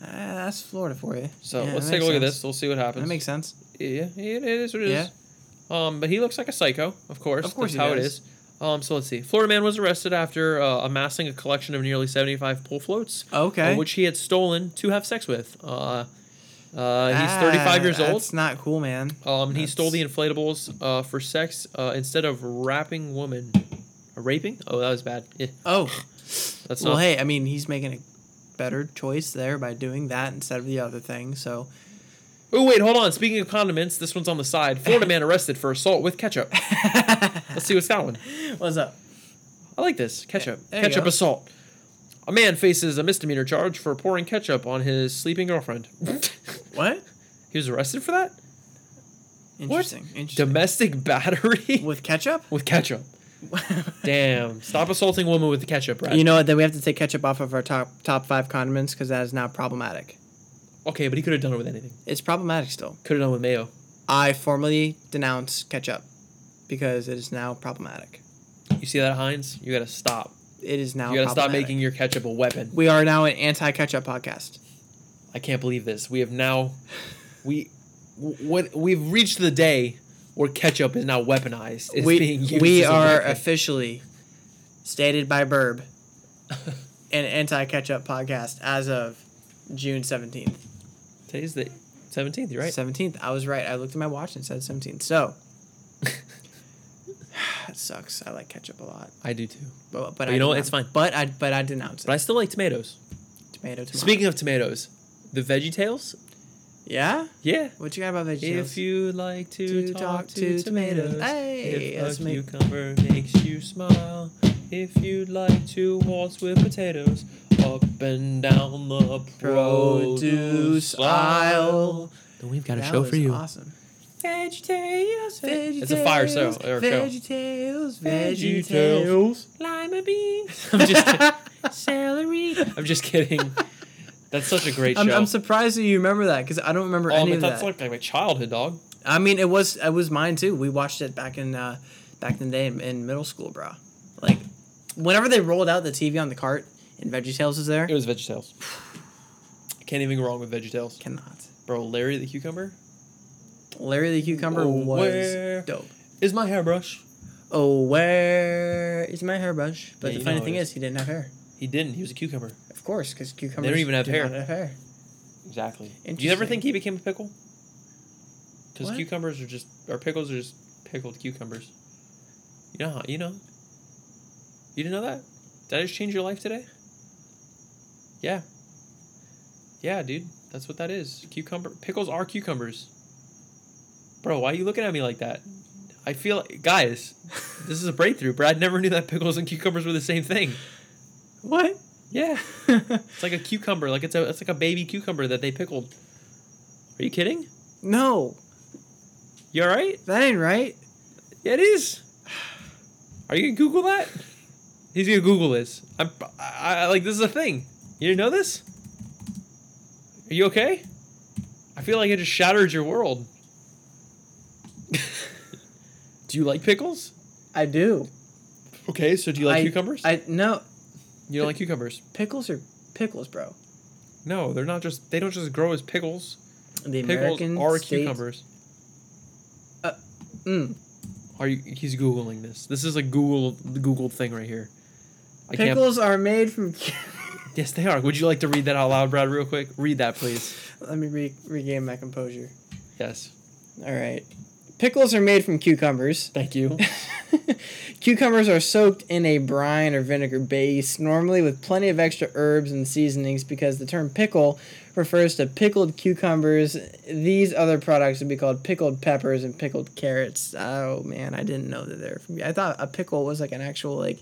Speaker 3: Ah, that's Florida for you.
Speaker 1: So
Speaker 3: Yeah,
Speaker 1: let's
Speaker 3: that
Speaker 1: take a
Speaker 3: makes
Speaker 1: look at
Speaker 3: sense.
Speaker 1: this. We'll see what happens.
Speaker 3: That makes sense.
Speaker 1: Yeah, it is what it is.
Speaker 3: Yeah.
Speaker 1: Um, but he looks like a psycho, of course.
Speaker 3: Of
Speaker 1: That's
Speaker 3: course he
Speaker 1: how it
Speaker 3: does.
Speaker 1: is. Um, so let's see. Florida man was arrested after uh, amassing a collection of nearly 75 pool floats.
Speaker 3: Okay.
Speaker 1: uh, which he had stolen to have sex with. Uh, uh, he's 35 years old.
Speaker 3: Ah, That's not cool, man.
Speaker 1: Um, and he stole the
Speaker 3: that's-
Speaker 1: inflatables uh, for sex uh, instead of rapping woman. Raping? Oh, that was bad. Yeah,
Speaker 3: Oh,
Speaker 1: that's
Speaker 3: well,
Speaker 1: not.
Speaker 3: hey, I mean, he's making a better choice there by doing that instead of the other
Speaker 1: <laughs>
Speaker 3: thing. So
Speaker 1: Oh wait, hold on. Speaking of condiments, this one's on the side.
Speaker 3: <laughs>
Speaker 1: Florida man arrested for assault with ketchup. Let's see what's that one.
Speaker 3: what's up?
Speaker 1: I like this ketchup.
Speaker 3: There you
Speaker 1: ketchup
Speaker 3: go.
Speaker 1: assault. A man faces a misdemeanor charge for pouring ketchup on his sleeping girlfriend. <laughs>
Speaker 3: What?
Speaker 1: he was arrested for that.
Speaker 3: Interesting. Interesting.
Speaker 1: Domestic <laughs> battery
Speaker 3: With ketchup?
Speaker 1: with ketchup. Damn! Stop assaulting women with the ketchup, Brad.
Speaker 3: <laughs> You know what? Then we have to take ketchup off of our top top five condiments because that is now problematic.
Speaker 1: okay, but he could have done it with anything.
Speaker 3: It's problematic still.
Speaker 1: Could have done it with mayo.
Speaker 3: I formally denounce ketchup because it is now problematic.
Speaker 1: You see that, Heinz? You gotta stop.
Speaker 3: It is now.
Speaker 1: You gotta stop
Speaker 3: problematic.
Speaker 1: making your ketchup a weapon.
Speaker 3: We are now an anti-ketchup podcast.
Speaker 1: I can't believe this. We have now, we, w- what we've reached the day where ketchup is now weaponized. It's
Speaker 3: we
Speaker 1: being used
Speaker 3: we
Speaker 1: as a
Speaker 3: are
Speaker 1: weapon.
Speaker 3: officially stated by Burb <laughs> an anti-ketchup podcast as of June seventeenth.
Speaker 1: Today's the seventeenth, right?
Speaker 3: Seventeenth. I was right. I looked at my watch and it said seventeenth. So. <sighs> It sucks. I like ketchup a lot,
Speaker 1: I do too,
Speaker 3: but, but,
Speaker 1: But
Speaker 3: I
Speaker 1: you know what?
Speaker 3: denounce-
Speaker 1: It's fine.
Speaker 3: But I but I denounce
Speaker 1: but I
Speaker 3: it.
Speaker 1: still like tomatoes.
Speaker 3: Tomato, tomato.
Speaker 1: Speaking of tomatoes, the Veggie Tales.
Speaker 3: yeah,
Speaker 1: Yeah.
Speaker 3: what you got about vegetables?
Speaker 1: If you'd like to,
Speaker 3: To
Speaker 1: talk,
Speaker 3: talk
Speaker 1: to,
Speaker 3: to
Speaker 1: tomatoes,
Speaker 3: tomatoes. Hey,
Speaker 1: if
Speaker 3: that's
Speaker 1: a
Speaker 3: me.
Speaker 1: cucumber makes you smile, if you'd like to waltz with potatoes, up and down the
Speaker 3: Produce aisle.
Speaker 1: Then we've got
Speaker 3: that
Speaker 1: a show
Speaker 3: was
Speaker 1: for you.
Speaker 3: Awesome. Vegetables,
Speaker 1: It's a fire show, or show.
Speaker 3: Vegetables,
Speaker 1: Veggie
Speaker 3: vegetables.
Speaker 1: lima beans. <laughs> I'm
Speaker 3: <laughs>
Speaker 1: just kid- celery. I'm just kidding. That's such a great show.
Speaker 3: I'm, I'm surprised that you remember that because I don't remember
Speaker 1: Oh,
Speaker 3: any
Speaker 1: man,
Speaker 3: of
Speaker 1: that's
Speaker 3: that.
Speaker 1: like, like my childhood dog.
Speaker 3: I mean, it was it was mine too. We watched it back in uh, back in the day in, in middle school, bro. Like, whenever they rolled out the TV on the cart and VeggieTales was there,
Speaker 1: It was Veggie Tales. Can't even go wrong with Veggie Tales,
Speaker 3: cannot.
Speaker 1: bro. Larry the cucumber
Speaker 3: Larry the Cucumber
Speaker 1: Oh,
Speaker 3: was
Speaker 1: where-
Speaker 3: dope.
Speaker 1: is my hairbrush.
Speaker 3: Oh, where is my hairbrush? But
Speaker 1: Yeah,
Speaker 3: the
Speaker 1: you
Speaker 3: funny
Speaker 1: know
Speaker 3: thing
Speaker 1: it
Speaker 3: is,
Speaker 1: is.
Speaker 3: he didn't have hair.
Speaker 1: He didn't. He was a cucumber.
Speaker 3: Of course, because cucumbers
Speaker 1: even have
Speaker 3: do
Speaker 1: hair.
Speaker 3: Not have hair.
Speaker 1: Exactly. Do you ever
Speaker 3: Interesting.
Speaker 1: think he became a pickle? Because
Speaker 3: What?
Speaker 1: cucumbers are just, or pickles are just pickled cucumbers. You know, how- you know. You didn't know that? Did I just change your life today? Yeah. Yeah, dude. That's what that is. Cucumber pickles are cucumbers. Bro, why are you looking at me like that? I feel guys, <laughs> this is a breakthrough. Brad never knew that pickles and cucumbers were the same thing.
Speaker 3: What?
Speaker 1: Yeah.
Speaker 3: <laughs>
Speaker 1: It's like a cucumber, like it's a it's like a baby cucumber that they pickled. Are you kidding?
Speaker 3: no,
Speaker 1: You all right?
Speaker 3: that ain't right.
Speaker 1: Yeah, it is. Are you gonna Google that? He's gonna Google this. I'm I, I like this is a thing. You didn't know this? Are you okay? I feel like I just shattered your world. <laughs> do you like pickles?
Speaker 3: I do.
Speaker 1: Okay, so do you like
Speaker 3: I-
Speaker 1: cucumbers?
Speaker 3: I no
Speaker 1: you don't like cucumbers.
Speaker 3: pickles are pickles, bro.
Speaker 1: No, they're not just they don't just grow as pickles.
Speaker 3: The
Speaker 1: Pickles
Speaker 3: American
Speaker 1: are
Speaker 3: state-
Speaker 1: cucumbers.
Speaker 3: Mm,
Speaker 1: Are you? He's googling this. This is a Google Google thing right here. I
Speaker 3: pickles are made from. cu- <laughs>
Speaker 1: can't. Yes, they are. Would you like to read that out loud, Brad, real quick? Read that, please.
Speaker 3: Let me re- regain my composure.
Speaker 1: Yes.
Speaker 3: All right. Pickles are made from cucumbers.
Speaker 1: Thank you.
Speaker 3: <laughs> Cucumbers are soaked in a brine or vinegar base, normally with plenty of extra herbs and seasonings, because the term pickle refers to pickled cucumbers. These other products would be called pickled peppers and pickled carrots. Oh man, I didn't know that they're from. I thought a pickle was like an actual like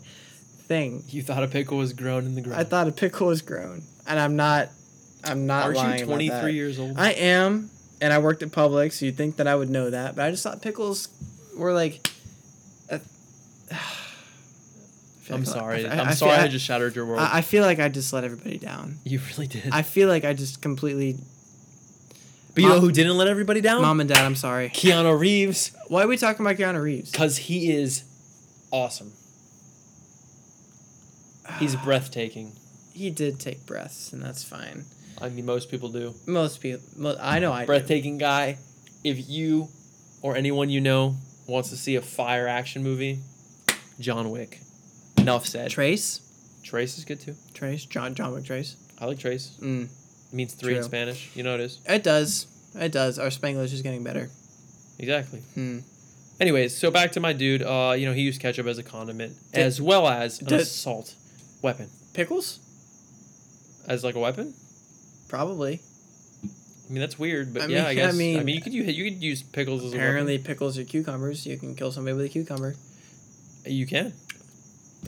Speaker 3: thing.
Speaker 1: You thought a pickle was grown in the ground.
Speaker 3: I thought a pickle was grown, and I'm not. I'm not.
Speaker 1: Aren't
Speaker 3: lying
Speaker 1: you
Speaker 3: about that.
Speaker 1: 23 years old?
Speaker 3: I am, and I worked at Publix, so you'd think that I would know that, but I just thought pickles were like. a- <sighs> I feel
Speaker 1: am
Speaker 3: like-
Speaker 1: sorry.
Speaker 3: I-
Speaker 1: I,
Speaker 3: I-
Speaker 1: am
Speaker 3: I
Speaker 1: sorry.
Speaker 3: Feel,
Speaker 1: I just shattered your world.
Speaker 3: I, I feel like I just let everybody down.
Speaker 1: you really did.
Speaker 3: I feel like I just completely.
Speaker 1: but you know
Speaker 3: Mom-
Speaker 1: who didn't let everybody down?
Speaker 3: Mom and Dad, I'm sorry.
Speaker 1: Keanu Reeves,
Speaker 3: Why are we talking about Keanu Reeves?
Speaker 1: because he is awesome. He's breathtaking.
Speaker 3: He did take breaths, and that's fine.
Speaker 1: I mean, most people do.
Speaker 3: Most people, mo- I know I. do.
Speaker 1: breathtaking guy. If you or anyone you know wants to see a fire action movie, John Wick. Enough said.
Speaker 3: Trace,
Speaker 1: Trace is good too.
Speaker 3: Trace, John, John Wick, Trace.
Speaker 1: I like Trace.
Speaker 3: Mm.
Speaker 1: It means three in
Speaker 3: True.
Speaker 1: Spanish. You know it is.
Speaker 3: It does, it does. Our Spanglish is getting better.
Speaker 1: Exactly.
Speaker 3: Hmm.
Speaker 1: Anyways, so back to my dude. Uh, you know, he used ketchup as a condiment as well as an
Speaker 3: did-
Speaker 1: assault weapon.
Speaker 3: Pickles,
Speaker 1: As like a weapon?
Speaker 3: probably.
Speaker 1: I mean, that's weird, but
Speaker 3: I
Speaker 1: yeah,
Speaker 3: mean-
Speaker 1: I
Speaker 3: I
Speaker 1: guess. I mean,
Speaker 3: mean-
Speaker 1: you could use, you could use pickles as
Speaker 3: Apparently, pickles are cucumbers. You can kill somebody with a
Speaker 1: a
Speaker 3: cucumber.
Speaker 1: weapon. You can.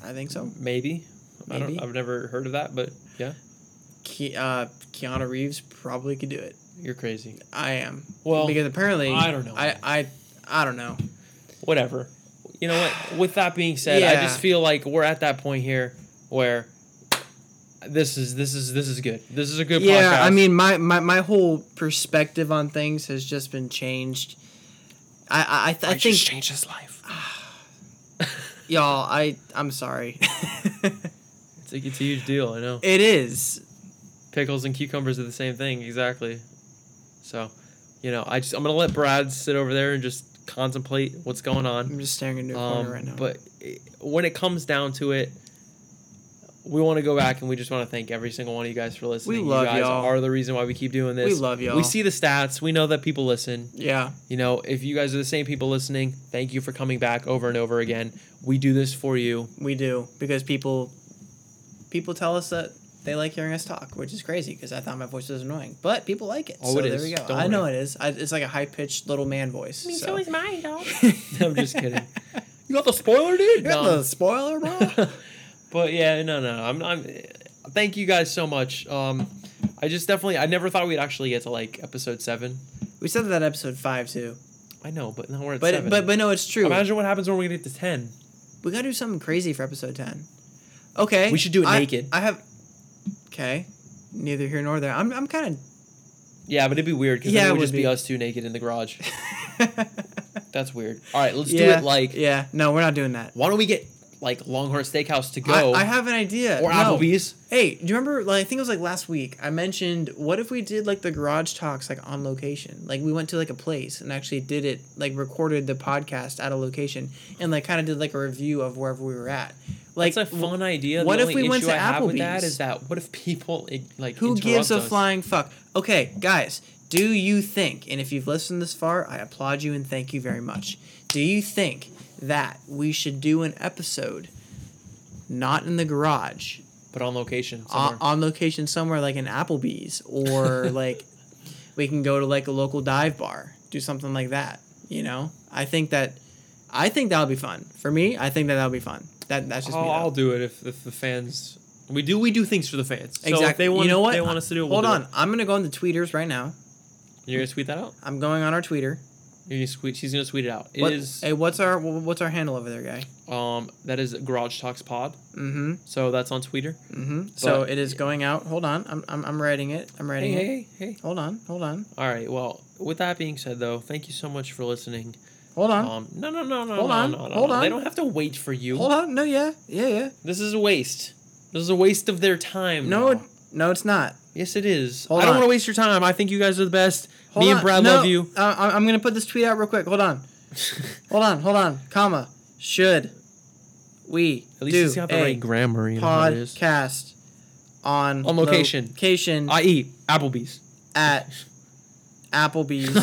Speaker 3: I think so.
Speaker 1: Maybe. I don't,
Speaker 3: Maybe.
Speaker 1: I've never heard of that, but yeah,
Speaker 3: Ke- uh, Keanu Reeves probably could do it.
Speaker 1: you're crazy.
Speaker 3: I am.
Speaker 1: Well,
Speaker 3: because apparently
Speaker 1: I don't know.
Speaker 3: I I, I don't know.
Speaker 1: whatever. You know what? With that being said, I
Speaker 3: Yeah.
Speaker 1: just feel like we're at that point here where this is this is this is good. This is a good
Speaker 3: yeah,
Speaker 1: podcast.
Speaker 3: I mean my, my my whole perspective on things has just been changed. I I I, th- I think
Speaker 1: changed his life. <laughs>
Speaker 3: y'all I I'm sorry. <laughs>
Speaker 1: It's, a, it's a huge deal. I know.
Speaker 3: it is.
Speaker 1: Pickles and cucumbers are the same thing exactly. So, you know, I just I'm gonna let Brad sit over there and just contemplate what's going on.
Speaker 3: I'm just staring into a corner
Speaker 1: Um,
Speaker 3: right now.
Speaker 1: But it, when it comes down to it, we want to go back and we just want to thank every single one of you guys for listening.
Speaker 3: love
Speaker 1: you guys
Speaker 3: y'all.
Speaker 1: are the reason why we keep doing this.
Speaker 3: We love y'all.
Speaker 1: We see the stats. We know that people listen.
Speaker 3: yeah,
Speaker 1: You know, if you guys are the same people listening, thank you for coming back over and over again. We do this for <laughs> you.
Speaker 3: we do because people people tell us that they like hearing us talk, which is crazy because I thought my voice was annoying, but people like it.
Speaker 1: Oh,
Speaker 3: so
Speaker 1: it
Speaker 3: there
Speaker 1: is.
Speaker 3: we go.
Speaker 1: Don't
Speaker 3: I know
Speaker 1: worry.
Speaker 3: it is. I, it's like a high pitched little man voice. so.
Speaker 2: mine, dog.
Speaker 1: <laughs> I'm just kidding.
Speaker 3: <laughs>
Speaker 1: You got the spoiler, dude.
Speaker 3: You're the
Speaker 1: <laughs>
Speaker 3: spoiler, bro.
Speaker 1: but yeah, no, no, I'm, I'm. Thank you guys so much. Um, I just definitely, I never thought we'd actually get to like episode seven.
Speaker 3: we said that episode five too,
Speaker 1: I know, but now we're at
Speaker 3: but
Speaker 1: seven.
Speaker 3: but but no, it's true.
Speaker 1: Imagine what happens when we get to ten.
Speaker 3: we gotta do something crazy for episode ten. Okay.
Speaker 1: We should do it
Speaker 3: I-
Speaker 1: naked.
Speaker 3: I have. Okay. Neither here nor there. I'm I'm kind
Speaker 1: Yeah, but it'd be weird because it
Speaker 3: Yeah, it
Speaker 1: would
Speaker 3: would
Speaker 1: just be.
Speaker 3: be.
Speaker 1: us two naked in the garage.
Speaker 3: of.
Speaker 1: That's weird. All right, let's
Speaker 3: yeah.
Speaker 1: do it like.
Speaker 3: Yeah. No, we're not doing that.
Speaker 1: Why don't we get like Longhorn Steakhouse to go
Speaker 3: I, I have an idea.
Speaker 1: or
Speaker 3: No.
Speaker 1: Applebee's?
Speaker 3: Hey, do you remember? Like, I think it was like last week. I mentioned what if we did like the garage talks like on location? Like we went to like a place and actually did it like recorded the podcast at a location and like kind of did like a review of wherever we were at.
Speaker 1: It's
Speaker 3: Like
Speaker 1: a fun idea.
Speaker 3: what
Speaker 1: the
Speaker 3: if
Speaker 1: only
Speaker 3: we went
Speaker 1: issue
Speaker 3: to
Speaker 1: I have with that
Speaker 3: Applebee's?
Speaker 1: is that what if people i- like
Speaker 3: Who
Speaker 1: interrupt
Speaker 3: gives a
Speaker 1: us?
Speaker 3: flying fuck? Okay, guys, do you think, and if you've listened this far, I applaud you and thank you very much. Do you think that we should do an episode not in the garage,
Speaker 1: But on location
Speaker 3: on,
Speaker 1: somewhere.
Speaker 3: on location somewhere like an Applebee's
Speaker 1: <laughs>
Speaker 3: or like we can go to like a local dive bar, do something like that, you know? I think that I think that'll be fun. For me, I think that that'll be fun. That that's just me.
Speaker 1: I'll,
Speaker 3: though.
Speaker 1: I'll do it if, if the fans. We do we do things for the fans. So if
Speaker 3: exactly.
Speaker 1: they want
Speaker 3: you know what?
Speaker 1: they want us to do it. We'll
Speaker 3: Hold
Speaker 1: do
Speaker 3: on.
Speaker 1: it.
Speaker 3: I'm gonna go on the tweeters right now.
Speaker 1: You're gonna tweet that out.
Speaker 3: I'm going on our tweeter.
Speaker 1: You're gonna tweet. She's gonna tweet it out. It
Speaker 3: What-
Speaker 1: is
Speaker 3: Hey, what's our wh- what's our handle over there, guy?
Speaker 1: um that is Garage Talks Pod.
Speaker 3: Mm-hmm.
Speaker 1: So that's on Twitter.
Speaker 3: Mm-hmm. So
Speaker 1: But-
Speaker 3: it is going out. Hold on. I'm I'm, I'm writing it. I'm
Speaker 1: Hey
Speaker 3: writing it.
Speaker 1: hey hey.
Speaker 3: Hold on. Hold on.
Speaker 1: All right. Well, with that being said, though, thank you so much for listening.
Speaker 3: Hold on.
Speaker 1: Um, no, no, no, no,
Speaker 3: Hold
Speaker 1: no,
Speaker 3: on,
Speaker 1: no, no,
Speaker 3: hold
Speaker 1: no. They
Speaker 3: on.
Speaker 1: don't have to wait for you.
Speaker 3: Hold on. No. Yeah. Yeah. Yeah.
Speaker 1: This is a waste. This is a waste of their time.
Speaker 3: No. It,
Speaker 1: now.
Speaker 3: no. It's not.
Speaker 1: yes, it is.
Speaker 3: Hold
Speaker 1: I don't
Speaker 3: on.
Speaker 1: want to waste your time. I think you guys are the best.
Speaker 3: Hold
Speaker 1: Me
Speaker 3: on.
Speaker 1: and Brad
Speaker 3: No,
Speaker 1: love you. <laughs>
Speaker 3: Uh, I- I'm gonna put this tweet out real quick. Hold on. hold on. Hold on. Comma. Should we
Speaker 1: At least
Speaker 3: do
Speaker 1: it's got the
Speaker 3: a
Speaker 1: right grammar. You know what it is.
Speaker 3: podcast on
Speaker 1: On location. <laughs>
Speaker 3: location <laughs>
Speaker 1: I eat Applebee's. <laughs>
Speaker 3: at Applebee's?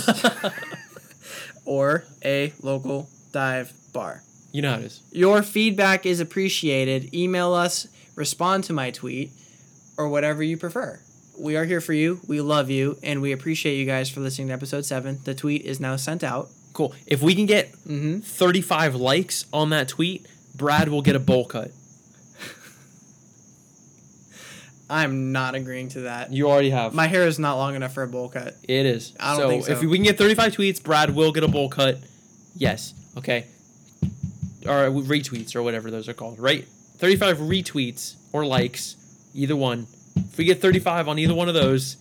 Speaker 3: or a local dive bar.
Speaker 1: You know how it is.
Speaker 3: Your feedback is appreciated. Email us, respond to my tweet, or whatever you prefer. We are here for you. We love you, and we appreciate you guys for listening to episode seven. The tweet is now sent out.
Speaker 1: Cool. If we can get
Speaker 3: Mm-hmm.
Speaker 1: 35 likes on that tweet, Brad will get a bowl cut.
Speaker 3: I'm not agreeing to that.
Speaker 1: You already have.
Speaker 3: My hair is not long enough for a bowl cut.
Speaker 1: it is.
Speaker 3: I don't
Speaker 1: so,
Speaker 3: think so.
Speaker 1: if we can get 35 tweets, Brad will get a bowl cut. Yes. Okay. Or retweets or whatever those are called, right? 35 retweets or likes, either one. If we get 35 on either one of those,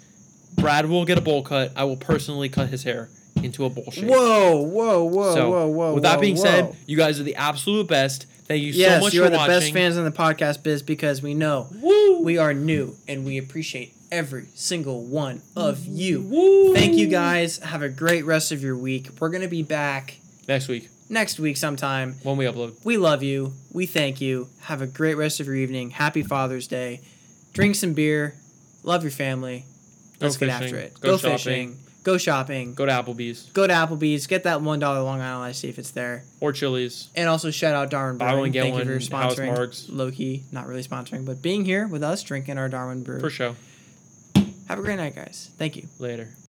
Speaker 1: Brad will get a bowl cut. I will personally cut his hair into a bowl shape.
Speaker 3: Whoa, whoa, whoa,
Speaker 1: So,
Speaker 3: whoa, whoa.
Speaker 1: With that
Speaker 3: whoa,
Speaker 1: being said,
Speaker 3: whoa.
Speaker 1: you guys are the absolute best. Thank you
Speaker 3: yes,
Speaker 1: so much
Speaker 3: you
Speaker 1: for
Speaker 3: are the
Speaker 1: watching.
Speaker 3: best fans in the podcast biz because we know
Speaker 1: Woo!
Speaker 3: we are new and we appreciate every single one of you.
Speaker 1: Woo!
Speaker 3: Thank you guys. Have a great rest of your week. We're going to be back
Speaker 1: next week
Speaker 3: next week sometime.
Speaker 1: when we upload.
Speaker 3: We love you. We thank you. Have a great rest of your evening. Happy Father's Day. Drink some beer. Love your family.
Speaker 1: Go
Speaker 3: Let's get
Speaker 1: fishing.
Speaker 3: after it.
Speaker 1: Go
Speaker 3: Go,
Speaker 1: shopping.
Speaker 3: fishing. Go shopping. Go.
Speaker 1: Go to Applebee's
Speaker 3: to Applebee's. Get that $1 Long Island Iced Tea if it's there.
Speaker 1: or Chili's.
Speaker 3: And also shout out Darwin
Speaker 1: Buy
Speaker 3: Brewing.
Speaker 1: one, get
Speaker 3: Thank
Speaker 1: one.
Speaker 3: you for
Speaker 1: House
Speaker 3: sponsoring
Speaker 1: Marks.
Speaker 3: Loki. Not really sponsoring, but being here with us drinking our Darwin Brew.
Speaker 1: For show.
Speaker 3: Have a great night, guys. Thank you.
Speaker 1: Later.